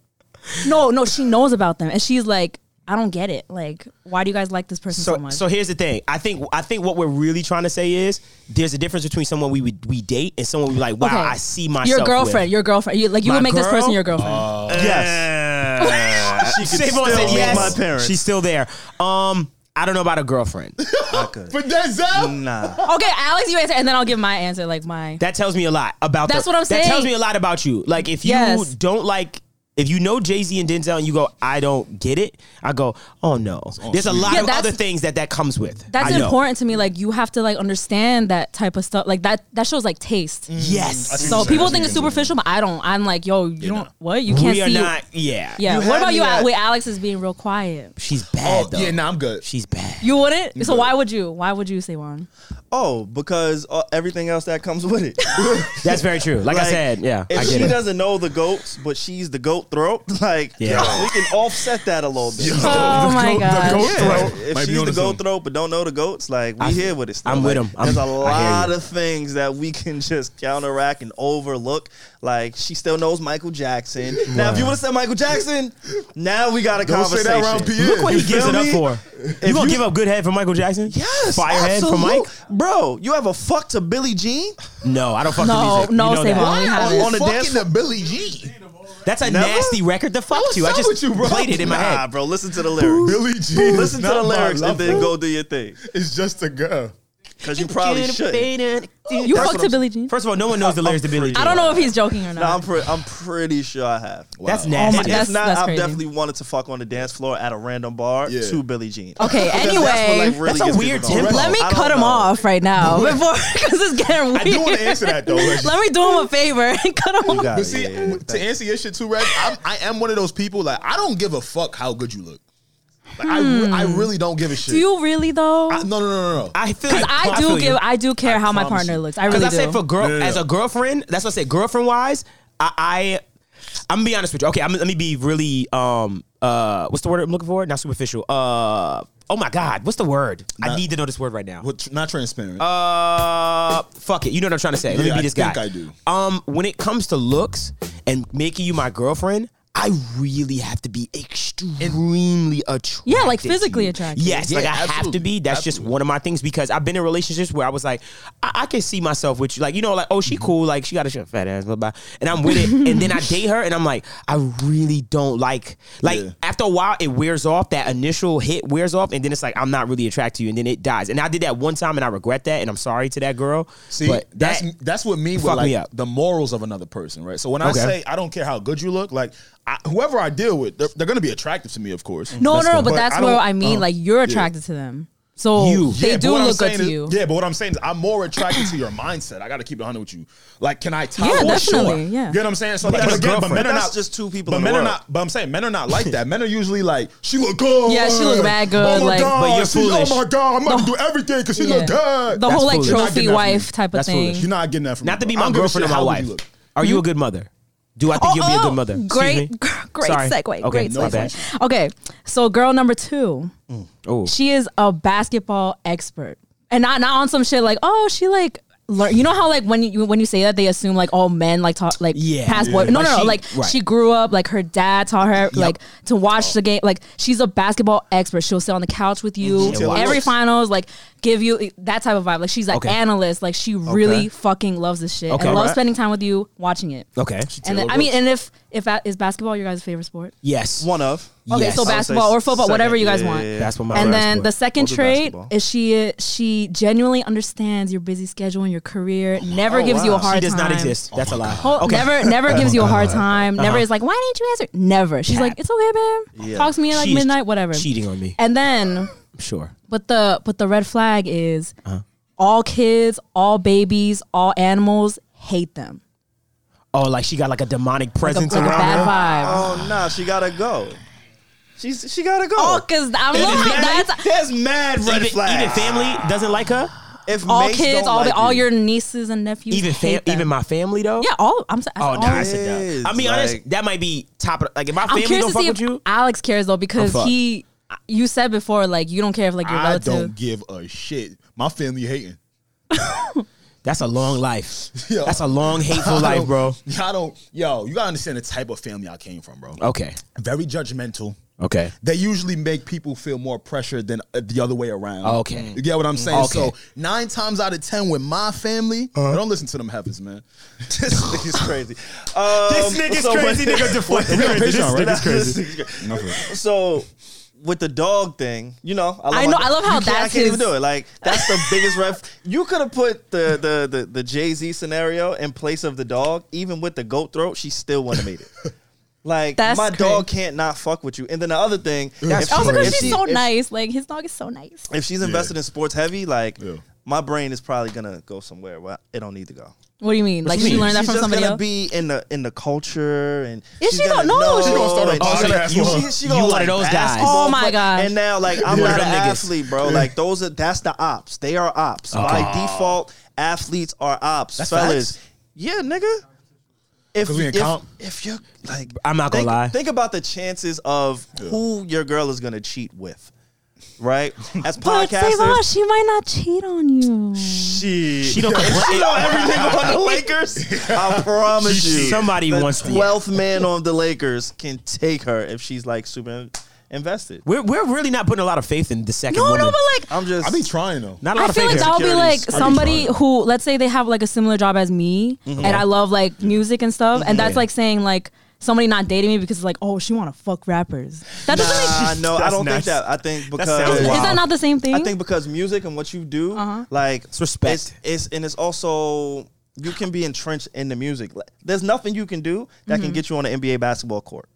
[SPEAKER 4] No, no, she knows about them, and she's like, I don't get it. Like, why do you guys like this person so,
[SPEAKER 3] So,
[SPEAKER 4] much?
[SPEAKER 3] so here's the thing. I think I think what we're really trying to say is there's a difference between someone we would we date and someone we like. Wow,
[SPEAKER 4] Okay.
[SPEAKER 3] I see myself.
[SPEAKER 4] your
[SPEAKER 3] with.
[SPEAKER 4] girlfriend, your girlfriend, you, like you
[SPEAKER 3] My
[SPEAKER 4] would make this person
[SPEAKER 3] girl? Uh,
[SPEAKER 4] your girlfriend.
[SPEAKER 1] Yes. *laughs* she could
[SPEAKER 3] Savon
[SPEAKER 1] still
[SPEAKER 3] said
[SPEAKER 1] meet
[SPEAKER 3] yes.
[SPEAKER 1] my parents.
[SPEAKER 3] She's still there. Um, I don't know about a girlfriend.
[SPEAKER 1] I could.
[SPEAKER 2] But Denzel,
[SPEAKER 1] Nah.
[SPEAKER 4] okay, Alex, you answer, and then I'll give my answer. Like my
[SPEAKER 3] That tells me a lot about.
[SPEAKER 4] That's
[SPEAKER 3] the-
[SPEAKER 4] what I'm
[SPEAKER 3] That
[SPEAKER 4] saying.
[SPEAKER 3] tells me a lot about you. Like if you
[SPEAKER 4] Yes.
[SPEAKER 3] don't like. If you know Jay Z and Denzel and you go, I don't get it, I go, oh no. There's a lot
[SPEAKER 4] Yeah,
[SPEAKER 3] of
[SPEAKER 4] that's-
[SPEAKER 3] other things that that comes with.
[SPEAKER 4] that's
[SPEAKER 3] I know.
[SPEAKER 4] important to me. Like you have to like understand that type of stuff. Like that that shows like
[SPEAKER 3] Mm.
[SPEAKER 4] taste.
[SPEAKER 3] Yes.
[SPEAKER 4] So
[SPEAKER 2] Exactly.
[SPEAKER 4] people think it's superficial, but I don't. I'm like, yo, you don't what you can't
[SPEAKER 3] we are
[SPEAKER 4] see.
[SPEAKER 3] not, yeah.
[SPEAKER 4] yeah.
[SPEAKER 1] You
[SPEAKER 4] what
[SPEAKER 1] had
[SPEAKER 4] about
[SPEAKER 1] me
[SPEAKER 4] you?
[SPEAKER 1] at-
[SPEAKER 4] Wait, Alex is being real quiet.
[SPEAKER 3] She's bad
[SPEAKER 2] Oh,
[SPEAKER 3] though.
[SPEAKER 2] yeah, nah, I'm good.
[SPEAKER 3] She's bad.
[SPEAKER 4] You wouldn't. So why would you? Why would you
[SPEAKER 3] *laughs*
[SPEAKER 4] say one?
[SPEAKER 1] Oh, because uh, everything else that comes with it.
[SPEAKER 3] That's very true. *laughs* Like, I
[SPEAKER 1] Like,
[SPEAKER 3] said, yeah.
[SPEAKER 1] If
[SPEAKER 3] I
[SPEAKER 1] she
[SPEAKER 3] get it.
[SPEAKER 1] doesn't know the goats, but she's the goat throat, *laughs* like
[SPEAKER 3] Yeah.
[SPEAKER 1] yo, we can offset that a little bit.
[SPEAKER 4] Oh, my god.
[SPEAKER 1] Like, if
[SPEAKER 2] Might be
[SPEAKER 1] she's
[SPEAKER 2] onto
[SPEAKER 1] the goat
[SPEAKER 2] something.
[SPEAKER 1] throat but don't know the goats, like we
[SPEAKER 3] I-
[SPEAKER 1] here with it. Still.
[SPEAKER 3] I'm with
[SPEAKER 1] Like,
[SPEAKER 3] 'em. I'm-
[SPEAKER 1] there's a
[SPEAKER 3] I hear you.
[SPEAKER 1] lot of things that we can just counteract and overlook. Like she still knows Michael Jackson. Now, if you would have said Michael Jackson, now we got a
[SPEAKER 2] Don't say
[SPEAKER 1] conversation.
[SPEAKER 2] that around Pierre.
[SPEAKER 3] Look what he
[SPEAKER 1] You
[SPEAKER 3] gives
[SPEAKER 1] feel
[SPEAKER 3] it up
[SPEAKER 1] me?
[SPEAKER 3] for. you gonna give up good head for Michael Jackson?
[SPEAKER 1] Yes,
[SPEAKER 3] Firehead for Mike?
[SPEAKER 1] absolute. bro. You have a fuck to Billie Jean.
[SPEAKER 3] No, I don't fuck
[SPEAKER 4] No,
[SPEAKER 3] the music.
[SPEAKER 4] no,
[SPEAKER 3] you know
[SPEAKER 4] Savon.
[SPEAKER 3] that.
[SPEAKER 4] Why?
[SPEAKER 2] Are
[SPEAKER 4] have
[SPEAKER 2] you
[SPEAKER 1] it. On the dance
[SPEAKER 2] fucking the Billy G?
[SPEAKER 3] That's a
[SPEAKER 1] Never?
[SPEAKER 3] nasty record to fuck
[SPEAKER 2] What's
[SPEAKER 3] to. I
[SPEAKER 2] up
[SPEAKER 3] just
[SPEAKER 2] with you, bro?
[SPEAKER 3] played it in my
[SPEAKER 1] nah,
[SPEAKER 3] head.
[SPEAKER 1] bro. Listen to the lyrics.
[SPEAKER 2] Billy G.
[SPEAKER 1] Listen to the lyrics and then go do your thing.
[SPEAKER 2] It's just a girl.
[SPEAKER 1] Cause you probably should.
[SPEAKER 4] You fucked to Billie Jean.
[SPEAKER 3] First of all, no one knows the lyrics to Billie Jean.
[SPEAKER 4] I don't know if he's joking or not.
[SPEAKER 1] Nah, I'm, pre- I'm pretty sure I have.
[SPEAKER 3] That's
[SPEAKER 4] Oh my-
[SPEAKER 3] nasty.
[SPEAKER 1] if
[SPEAKER 4] that's-
[SPEAKER 1] not,
[SPEAKER 4] that's
[SPEAKER 1] I've
[SPEAKER 4] crazy.
[SPEAKER 1] definitely wanted to fuck on the dance floor at a random bar
[SPEAKER 2] Yeah.
[SPEAKER 1] to Billie Jean.
[SPEAKER 4] Okay,
[SPEAKER 1] Because that's what,
[SPEAKER 4] anyway,
[SPEAKER 1] like, really
[SPEAKER 3] that's a
[SPEAKER 1] gets
[SPEAKER 3] weird
[SPEAKER 1] people going.
[SPEAKER 3] tempo.
[SPEAKER 4] Let me
[SPEAKER 1] I don't
[SPEAKER 4] cut him
[SPEAKER 1] know.
[SPEAKER 4] off right now before because it's getting weird.
[SPEAKER 2] I
[SPEAKER 4] *laughs*
[SPEAKER 2] do want to answer that though. Reggie.
[SPEAKER 4] Let me do him a favor and *laughs* cut him
[SPEAKER 1] You
[SPEAKER 4] off.
[SPEAKER 1] got
[SPEAKER 2] But
[SPEAKER 1] it,
[SPEAKER 2] see,
[SPEAKER 1] yeah, yeah, yeah.
[SPEAKER 2] to answer your shit too, Reg, I'm, I am one of those people like I don't give a fuck how good you look. Like, I, re-
[SPEAKER 3] Hmm.
[SPEAKER 2] I really don't give a shit.
[SPEAKER 4] Do you really though?
[SPEAKER 2] I, no, no, no, no, no.
[SPEAKER 3] I feel
[SPEAKER 4] Because
[SPEAKER 3] like-
[SPEAKER 4] I, do
[SPEAKER 3] feel you.
[SPEAKER 4] give, I do care how my
[SPEAKER 2] promise
[SPEAKER 4] partner
[SPEAKER 2] you.
[SPEAKER 4] looks. I
[SPEAKER 3] Because
[SPEAKER 4] really
[SPEAKER 3] I said
[SPEAKER 4] do.
[SPEAKER 3] for girl
[SPEAKER 2] No, no, no.
[SPEAKER 3] as a girlfriend, that's what I said. Girlfriend wise, I, I I'm gonna be honest with you. Okay, I'm, let me be really um uh what's the word I'm looking for? Not superficial. Uh oh my god, what's the word? I need to know this word right now.
[SPEAKER 2] What, tr- not transparent.
[SPEAKER 3] Uh, fuck it. You know what I'm trying to say. Let
[SPEAKER 2] Yeah,
[SPEAKER 3] me be
[SPEAKER 2] I
[SPEAKER 3] this guy.
[SPEAKER 2] think I do.
[SPEAKER 3] Um, when it comes to looks and making you my girlfriend, I really have to be extremely attracted.
[SPEAKER 4] Yeah, like
[SPEAKER 3] to you.
[SPEAKER 4] physically attracted.
[SPEAKER 3] Yes,
[SPEAKER 2] Yeah,
[SPEAKER 3] like I have to
[SPEAKER 2] absolutely.
[SPEAKER 3] be. That's just
[SPEAKER 2] Absolutely.
[SPEAKER 3] one of my things because I've been in relationships where I was like, I, I can see myself with you. Like, you know, like, oh,
[SPEAKER 4] Mm-hmm.
[SPEAKER 3] she cool. Like, she got a shit fat ass, blah, blah. And I'm with it. and
[SPEAKER 4] *laughs*
[SPEAKER 3] then I date her and I'm like, I really don't like, like,
[SPEAKER 2] Yeah.
[SPEAKER 3] after a while, it wears off. That initial hit wears off. And then it's like, I'm not really attracted to you. And then it dies. And I did that one time and I regret that. And I'm sorry to that girl.
[SPEAKER 2] See,
[SPEAKER 3] but
[SPEAKER 2] that's
[SPEAKER 3] that-
[SPEAKER 2] that's what me with
[SPEAKER 3] fucked
[SPEAKER 2] like
[SPEAKER 3] me up.
[SPEAKER 2] the morals of another person, right? So when
[SPEAKER 3] Okay.
[SPEAKER 2] I say I don't care how good you look, like I, whoever I deal with, they're, they're going to be attractive to me, of course.
[SPEAKER 4] No, no, no, but
[SPEAKER 2] But
[SPEAKER 4] that's
[SPEAKER 2] I
[SPEAKER 4] where
[SPEAKER 2] don't-
[SPEAKER 4] I mean,
[SPEAKER 2] uh,
[SPEAKER 4] like you're
[SPEAKER 2] yeah.
[SPEAKER 4] attracted to them, so
[SPEAKER 3] You.
[SPEAKER 4] they
[SPEAKER 2] Yeah, but
[SPEAKER 4] do
[SPEAKER 2] what I'm
[SPEAKER 4] look good
[SPEAKER 2] saying
[SPEAKER 4] to
[SPEAKER 2] is-
[SPEAKER 4] you.
[SPEAKER 2] Yeah, but what I'm saying is I'm more attracted to your mindset. I got to keep it 100 with you. Like, can I top
[SPEAKER 4] Yeah,
[SPEAKER 2] for
[SPEAKER 4] definitely,
[SPEAKER 2] Sure.
[SPEAKER 4] yeah.
[SPEAKER 2] You know what I'm saying? So
[SPEAKER 3] But
[SPEAKER 2] that's
[SPEAKER 3] that's
[SPEAKER 2] again, but
[SPEAKER 3] girlfriend.
[SPEAKER 2] men are
[SPEAKER 1] That's
[SPEAKER 2] not
[SPEAKER 1] just two people
[SPEAKER 2] But
[SPEAKER 1] in the
[SPEAKER 2] men are
[SPEAKER 1] world.
[SPEAKER 2] not. But I'm saying men are not like that. men are usually like, she look good.
[SPEAKER 4] *laughs* Yeah, she look mad good,
[SPEAKER 2] Oh my
[SPEAKER 4] like-
[SPEAKER 2] god,
[SPEAKER 3] But you're
[SPEAKER 2] she-
[SPEAKER 3] foolish.
[SPEAKER 2] Oh my god, I'm about to do everything because she look
[SPEAKER 4] Yeah.
[SPEAKER 2] good.
[SPEAKER 4] The whole like
[SPEAKER 3] foolish. You're
[SPEAKER 2] not
[SPEAKER 4] trophy
[SPEAKER 2] getting that from
[SPEAKER 4] wife
[SPEAKER 2] me.
[SPEAKER 4] type of
[SPEAKER 3] That's
[SPEAKER 4] thing.
[SPEAKER 3] foolish.
[SPEAKER 2] You're not getting that from me,
[SPEAKER 3] not to be
[SPEAKER 2] bro. I
[SPEAKER 3] my
[SPEAKER 2] don't give a
[SPEAKER 3] girlfriend or
[SPEAKER 2] shit
[SPEAKER 3] my
[SPEAKER 2] how good
[SPEAKER 3] wife.
[SPEAKER 2] you look.
[SPEAKER 3] Are you a good mother? Do I think you'll be a
[SPEAKER 4] Hmm? oh,
[SPEAKER 3] good mother? Excuse
[SPEAKER 4] Great,
[SPEAKER 3] me.
[SPEAKER 4] *laughs* great
[SPEAKER 3] Sorry.
[SPEAKER 4] segue.
[SPEAKER 3] Okay,
[SPEAKER 4] great
[SPEAKER 3] my
[SPEAKER 4] segue.
[SPEAKER 3] bad.
[SPEAKER 4] Okay, so girl number two,
[SPEAKER 3] Oh,
[SPEAKER 4] she is a basketball expert, and not not on some shit like oh she like. Learn, you know how like when you when you say that they assume like all men like talk like
[SPEAKER 3] Yeah.
[SPEAKER 4] past boy
[SPEAKER 3] Yeah.
[SPEAKER 4] no no
[SPEAKER 3] Like,
[SPEAKER 4] no
[SPEAKER 3] she-
[SPEAKER 4] like
[SPEAKER 3] right.
[SPEAKER 4] she grew up like her dad taught her like to watch the game like she's a basketball expert she'll sit on the couch with you
[SPEAKER 3] Mm-hmm.
[SPEAKER 2] She'll watch.
[SPEAKER 4] every finals like give you that type of vibe like she's an
[SPEAKER 3] Okay.
[SPEAKER 4] analyst like she really fucking loves this shit
[SPEAKER 3] Okay.
[SPEAKER 4] and loves
[SPEAKER 3] Alright.
[SPEAKER 4] spending time with you watching it
[SPEAKER 3] okay.
[SPEAKER 4] and then, I mean, and if if that is basketball your guys' favorite sport?
[SPEAKER 3] Yes.
[SPEAKER 1] One of.
[SPEAKER 4] Okay,
[SPEAKER 3] Yes. I
[SPEAKER 4] so
[SPEAKER 3] would say
[SPEAKER 4] basketball or football,
[SPEAKER 1] second.
[SPEAKER 4] whatever you guys
[SPEAKER 1] Yeah,
[SPEAKER 4] want.
[SPEAKER 1] yeah, yeah.
[SPEAKER 3] That's what my
[SPEAKER 4] And
[SPEAKER 3] first
[SPEAKER 4] then
[SPEAKER 3] one.
[SPEAKER 4] the second
[SPEAKER 1] We'll do
[SPEAKER 4] trait
[SPEAKER 1] basketball.
[SPEAKER 4] is she she genuinely understands your busy schedule and your career. Never
[SPEAKER 1] oh,
[SPEAKER 4] gives you a
[SPEAKER 1] wow.
[SPEAKER 4] hard
[SPEAKER 3] she does
[SPEAKER 4] time.
[SPEAKER 3] not exist. That's a lie.
[SPEAKER 4] Ho-
[SPEAKER 3] okay. Uh-huh.
[SPEAKER 4] Never never gives you
[SPEAKER 3] *laughs*
[SPEAKER 4] a hard time. Never is like, why didn't you answer? Never. She's like,
[SPEAKER 3] Cap.
[SPEAKER 4] it's okay, babe.
[SPEAKER 1] Yeah.
[SPEAKER 4] Talk to me at like
[SPEAKER 3] She is
[SPEAKER 4] midnight, whatever.
[SPEAKER 3] Cheating on me.
[SPEAKER 4] And then,
[SPEAKER 3] Sure.
[SPEAKER 4] but the but the red flag is
[SPEAKER 3] Uh-huh.
[SPEAKER 4] all kids, all babies, all animals hate them.
[SPEAKER 3] Oh, like she got like a demonic
[SPEAKER 4] Like a,
[SPEAKER 3] presence
[SPEAKER 4] like a
[SPEAKER 3] around her.
[SPEAKER 4] bad vibe.
[SPEAKER 1] Oh nah, she gotta go. She's she gotta go.
[SPEAKER 4] Oh, cause I'm like that's
[SPEAKER 1] There's mad red
[SPEAKER 3] Even,
[SPEAKER 1] flags.
[SPEAKER 3] even family doesn't like her.
[SPEAKER 1] if
[SPEAKER 4] all
[SPEAKER 1] mates
[SPEAKER 4] kids,
[SPEAKER 1] don't
[SPEAKER 4] all
[SPEAKER 1] like
[SPEAKER 4] the, all
[SPEAKER 1] you,
[SPEAKER 4] your nieces and nephews.
[SPEAKER 3] Even fam-
[SPEAKER 4] hate them.
[SPEAKER 3] even my family though.
[SPEAKER 4] yeah, all I'm saying.
[SPEAKER 3] Oh,
[SPEAKER 4] all-
[SPEAKER 3] nah, that's a
[SPEAKER 1] kids,
[SPEAKER 3] dub. I mean, honest,
[SPEAKER 1] like-
[SPEAKER 3] that might be top. Of, like, if my
[SPEAKER 4] I'm
[SPEAKER 3] family
[SPEAKER 4] curious
[SPEAKER 3] don't
[SPEAKER 4] to
[SPEAKER 3] fuck
[SPEAKER 4] see
[SPEAKER 3] with
[SPEAKER 4] if
[SPEAKER 3] you,
[SPEAKER 4] Alex cares though because
[SPEAKER 3] fucked.
[SPEAKER 4] he. You said before, like you don't care if like your
[SPEAKER 2] I
[SPEAKER 4] relative.
[SPEAKER 2] don't give a shit. My family hating.
[SPEAKER 3] that's a long life.
[SPEAKER 2] Yo.
[SPEAKER 3] That's a
[SPEAKER 2] *laughs*
[SPEAKER 3] long hateful
[SPEAKER 2] I
[SPEAKER 3] life,
[SPEAKER 2] don't-
[SPEAKER 3] bro.
[SPEAKER 2] I don't. Yo, you gotta understand the type of family I came from, bro.
[SPEAKER 3] Okay.
[SPEAKER 2] Very judgmental.
[SPEAKER 3] Okay.
[SPEAKER 2] They usually make people feel more pressure than uh, the other way around.
[SPEAKER 3] Oh, Okay.
[SPEAKER 2] you get what I'm saying.
[SPEAKER 3] Okay.
[SPEAKER 2] So nine times out of ten, with my family,
[SPEAKER 3] Uh-huh.
[SPEAKER 2] I don't listen to them heavens, man.
[SPEAKER 1] this nigga's crazy. Um,
[SPEAKER 3] nigga's
[SPEAKER 1] so
[SPEAKER 3] *laughs* crazy,
[SPEAKER 1] when-
[SPEAKER 3] nigga deflecting.
[SPEAKER 2] We on Patreon,
[SPEAKER 1] This
[SPEAKER 2] right?
[SPEAKER 1] nigga's
[SPEAKER 2] *laughs* This
[SPEAKER 1] crazy. So with the dog thing, you know, I, love
[SPEAKER 4] I know-
[SPEAKER 1] my-
[SPEAKER 4] I love how
[SPEAKER 1] you can't- I
[SPEAKER 4] that's
[SPEAKER 1] can't even
[SPEAKER 4] his-
[SPEAKER 1] do it. Like that's the biggest ref. You could have put the the the, the Jay Z scenario in place of the dog. Even with the goat throat, she still wouldn't have made it. Like
[SPEAKER 4] That's
[SPEAKER 1] my
[SPEAKER 4] crazy.
[SPEAKER 1] draw can't not fuck with you. And then the other thing, if
[SPEAKER 4] also, because
[SPEAKER 1] if
[SPEAKER 4] she's
[SPEAKER 1] she-
[SPEAKER 4] so
[SPEAKER 1] if-
[SPEAKER 4] nice. Like his dog is so nice.
[SPEAKER 1] If she's invested in sports heavy, like
[SPEAKER 2] Yeah.
[SPEAKER 1] my brain is probably gonna go somewhere where it don't need to go.
[SPEAKER 4] What do you mean? Like
[SPEAKER 3] you
[SPEAKER 4] she
[SPEAKER 3] mean?
[SPEAKER 4] learned that
[SPEAKER 1] she's
[SPEAKER 4] from
[SPEAKER 1] just
[SPEAKER 4] somebody
[SPEAKER 1] gonna
[SPEAKER 4] else.
[SPEAKER 1] be in the in the culture and
[SPEAKER 4] Yeah, she
[SPEAKER 1] gonna
[SPEAKER 4] don't know.
[SPEAKER 1] know
[SPEAKER 4] She
[SPEAKER 2] gonna start a
[SPEAKER 1] and
[SPEAKER 2] podcast
[SPEAKER 1] she-
[SPEAKER 2] with her.
[SPEAKER 1] she- she
[SPEAKER 3] You
[SPEAKER 1] gonna
[SPEAKER 3] one of
[SPEAKER 1] like
[SPEAKER 3] those guys.
[SPEAKER 1] basketball
[SPEAKER 4] Oh my
[SPEAKER 1] play-
[SPEAKER 4] gosh.
[SPEAKER 1] And now like I'm
[SPEAKER 3] You're
[SPEAKER 1] not an
[SPEAKER 3] them niggas. Oh.
[SPEAKER 1] athlete, bro. Like those are that's the ops. They are ops by default. Athletes are ops, fellas.
[SPEAKER 2] facts.
[SPEAKER 1] Yeah, nigga. If
[SPEAKER 2] 'Cause we in
[SPEAKER 1] if,
[SPEAKER 2] comp.
[SPEAKER 1] if you're like,
[SPEAKER 3] I'm not gonna
[SPEAKER 1] think,
[SPEAKER 3] lie.
[SPEAKER 1] Think about the chances of who your girl is gonna cheat with,
[SPEAKER 4] *laughs*
[SPEAKER 1] right? As
[SPEAKER 4] but Savon,
[SPEAKER 1] podcasters,
[SPEAKER 4] she might not cheat on you.
[SPEAKER 1] she
[SPEAKER 3] She don't complain.
[SPEAKER 1] she know every nigga *laughs* on the Lakers. I promise you.
[SPEAKER 3] Somebody
[SPEAKER 1] the
[SPEAKER 3] wants to-
[SPEAKER 1] twelfth man on the Lakers can take her if she's like super invested.
[SPEAKER 3] We're, we're really not putting a lot of faith in the second
[SPEAKER 4] No,
[SPEAKER 3] woman.
[SPEAKER 4] no, but like
[SPEAKER 1] I'm just.
[SPEAKER 2] I be trying though.
[SPEAKER 3] not a lot
[SPEAKER 4] I
[SPEAKER 3] of
[SPEAKER 4] feel
[SPEAKER 3] faith.
[SPEAKER 4] like
[SPEAKER 3] here.
[SPEAKER 4] that would be like
[SPEAKER 1] Securities. I be
[SPEAKER 4] somebody
[SPEAKER 2] trying.
[SPEAKER 4] who, let's say, they have like a similar job as me, and I love like music and stuff, and that's
[SPEAKER 3] Yeah.
[SPEAKER 4] like saying like somebody not dating me because it's like, oh, she want to fuck rappers. That doesn't make
[SPEAKER 1] Nah, no, I
[SPEAKER 3] That's
[SPEAKER 1] don't think
[SPEAKER 3] nuts.
[SPEAKER 1] that. I think because
[SPEAKER 3] sounds
[SPEAKER 4] Is
[SPEAKER 3] Wow.
[SPEAKER 4] that not the same thing?
[SPEAKER 1] I think because music and what you do, like it's
[SPEAKER 3] respect.
[SPEAKER 1] It's, and it's also you can be entrenched in the music. Like, There's nothing you can do that can get you on an NBA basketball court,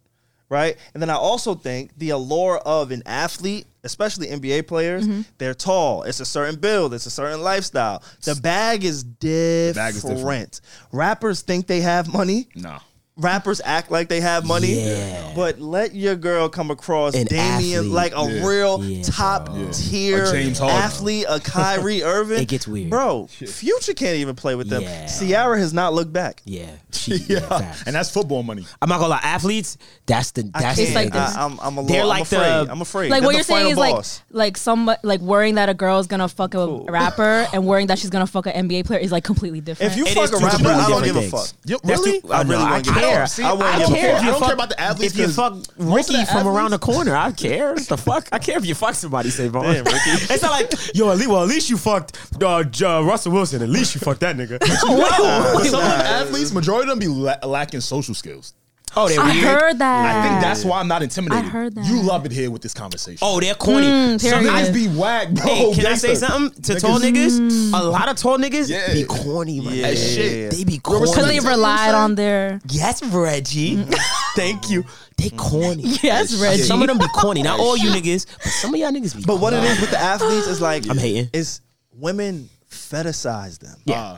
[SPEAKER 1] right? And then I also think the allure of an athlete, especially NBA players, they're tall. It's a certain build. It's a certain lifestyle. The bag is different.
[SPEAKER 2] bag is different.
[SPEAKER 1] Rappers think they have money
[SPEAKER 2] Nah.
[SPEAKER 1] rappers act like they have money,
[SPEAKER 3] Yeah.
[SPEAKER 1] but let your girl come across
[SPEAKER 3] An
[SPEAKER 1] Damian
[SPEAKER 3] athlete.
[SPEAKER 1] like a
[SPEAKER 2] Yeah.
[SPEAKER 1] real
[SPEAKER 3] Yeah,
[SPEAKER 1] top
[SPEAKER 3] bro.
[SPEAKER 1] tier
[SPEAKER 2] A James Harden.
[SPEAKER 1] athlete, a Kyrie
[SPEAKER 3] *laughs*
[SPEAKER 1] Irving.
[SPEAKER 3] It gets
[SPEAKER 2] *laughs*
[SPEAKER 3] weird.
[SPEAKER 1] bro. Future can't even play with them.
[SPEAKER 3] Yeah.
[SPEAKER 1] Ciara has not looked back.
[SPEAKER 3] yeah, she, yeah.
[SPEAKER 2] Yeah,
[SPEAKER 3] facts.
[SPEAKER 2] *laughs* and that's football money.
[SPEAKER 3] I'm not gonna lie, athletes. That's the
[SPEAKER 1] I can't.
[SPEAKER 3] that's the
[SPEAKER 4] It's like
[SPEAKER 3] thing.
[SPEAKER 4] this.
[SPEAKER 1] I, am I'm a
[SPEAKER 3] They're
[SPEAKER 1] little,
[SPEAKER 3] like
[SPEAKER 1] I'm
[SPEAKER 3] the-
[SPEAKER 1] afraid. I'm afraid.
[SPEAKER 4] like
[SPEAKER 1] They're
[SPEAKER 4] what
[SPEAKER 1] the
[SPEAKER 4] you're saying is
[SPEAKER 1] final boss.
[SPEAKER 4] like like some like worrying that a girl's gonna fuck a rapper and worrying that she's gonna fuck an NBA player is like completely different.
[SPEAKER 1] if you
[SPEAKER 3] It
[SPEAKER 1] fuck
[SPEAKER 3] is
[SPEAKER 1] a
[SPEAKER 3] two
[SPEAKER 1] rapper,
[SPEAKER 3] completely
[SPEAKER 1] I don't give
[SPEAKER 3] different
[SPEAKER 1] a fuck.
[SPEAKER 3] things.
[SPEAKER 2] Yo,
[SPEAKER 3] That's
[SPEAKER 2] really?
[SPEAKER 3] two- I
[SPEAKER 1] really
[SPEAKER 3] know,
[SPEAKER 1] don't give
[SPEAKER 3] I
[SPEAKER 1] a
[SPEAKER 3] can't care.
[SPEAKER 2] don't, see,
[SPEAKER 1] I
[SPEAKER 2] I,
[SPEAKER 1] wouldn't
[SPEAKER 2] don't
[SPEAKER 1] give a
[SPEAKER 2] care.
[SPEAKER 1] fuck.
[SPEAKER 2] I don't
[SPEAKER 3] fuck-
[SPEAKER 2] care about the athletes.
[SPEAKER 3] If you
[SPEAKER 2] 'cause
[SPEAKER 3] fuck
[SPEAKER 2] most of
[SPEAKER 3] Ricky
[SPEAKER 2] the
[SPEAKER 3] from around the
[SPEAKER 2] athletes-
[SPEAKER 3] corner, I care. What the fuck? I care if you fuck somebody, Savon.
[SPEAKER 1] Damn, Ricky.
[SPEAKER 3] *laughs* it's not like yo. At least, well, at least you fucked uh, J- uh, Russell Wilson. At least you fucked
[SPEAKER 2] *laughs*
[SPEAKER 3] that nigga. *laughs* Wow.
[SPEAKER 2] But some of the athletes, majority of them be la- lacking social skills.
[SPEAKER 3] oh, they're
[SPEAKER 4] I
[SPEAKER 3] weird.
[SPEAKER 4] heard that.
[SPEAKER 2] I think that's why I'm not intimidated.
[SPEAKER 4] I heard that.
[SPEAKER 2] You love it here with this conversation.
[SPEAKER 3] Oh, they're corny.
[SPEAKER 4] Mm,
[SPEAKER 3] Some
[SPEAKER 4] period.
[SPEAKER 3] guys
[SPEAKER 2] niggas
[SPEAKER 3] be-
[SPEAKER 2] be whack, bro.
[SPEAKER 3] Hey, can I say
[SPEAKER 2] Gangsta.
[SPEAKER 3] something to tall niggas? Mm. A lot of tall niggas
[SPEAKER 2] Yeah.
[SPEAKER 3] be corny, my
[SPEAKER 1] Yeah.
[SPEAKER 3] nigga.
[SPEAKER 1] Shit.
[SPEAKER 3] They be
[SPEAKER 4] because they
[SPEAKER 3] corny.
[SPEAKER 4] relied on their
[SPEAKER 3] Yes, Reggie. *laughs* Thank you. They corny.
[SPEAKER 4] *laughs* yes, Reggie.
[SPEAKER 3] Some of them be corny. Not all you niggas, but some of y'all niggas be.
[SPEAKER 1] But what it
[SPEAKER 3] corny.
[SPEAKER 1] is with the athletes is like
[SPEAKER 3] I'm hating.
[SPEAKER 1] Is women fetishize them?
[SPEAKER 2] uh,
[SPEAKER 3] Yeah.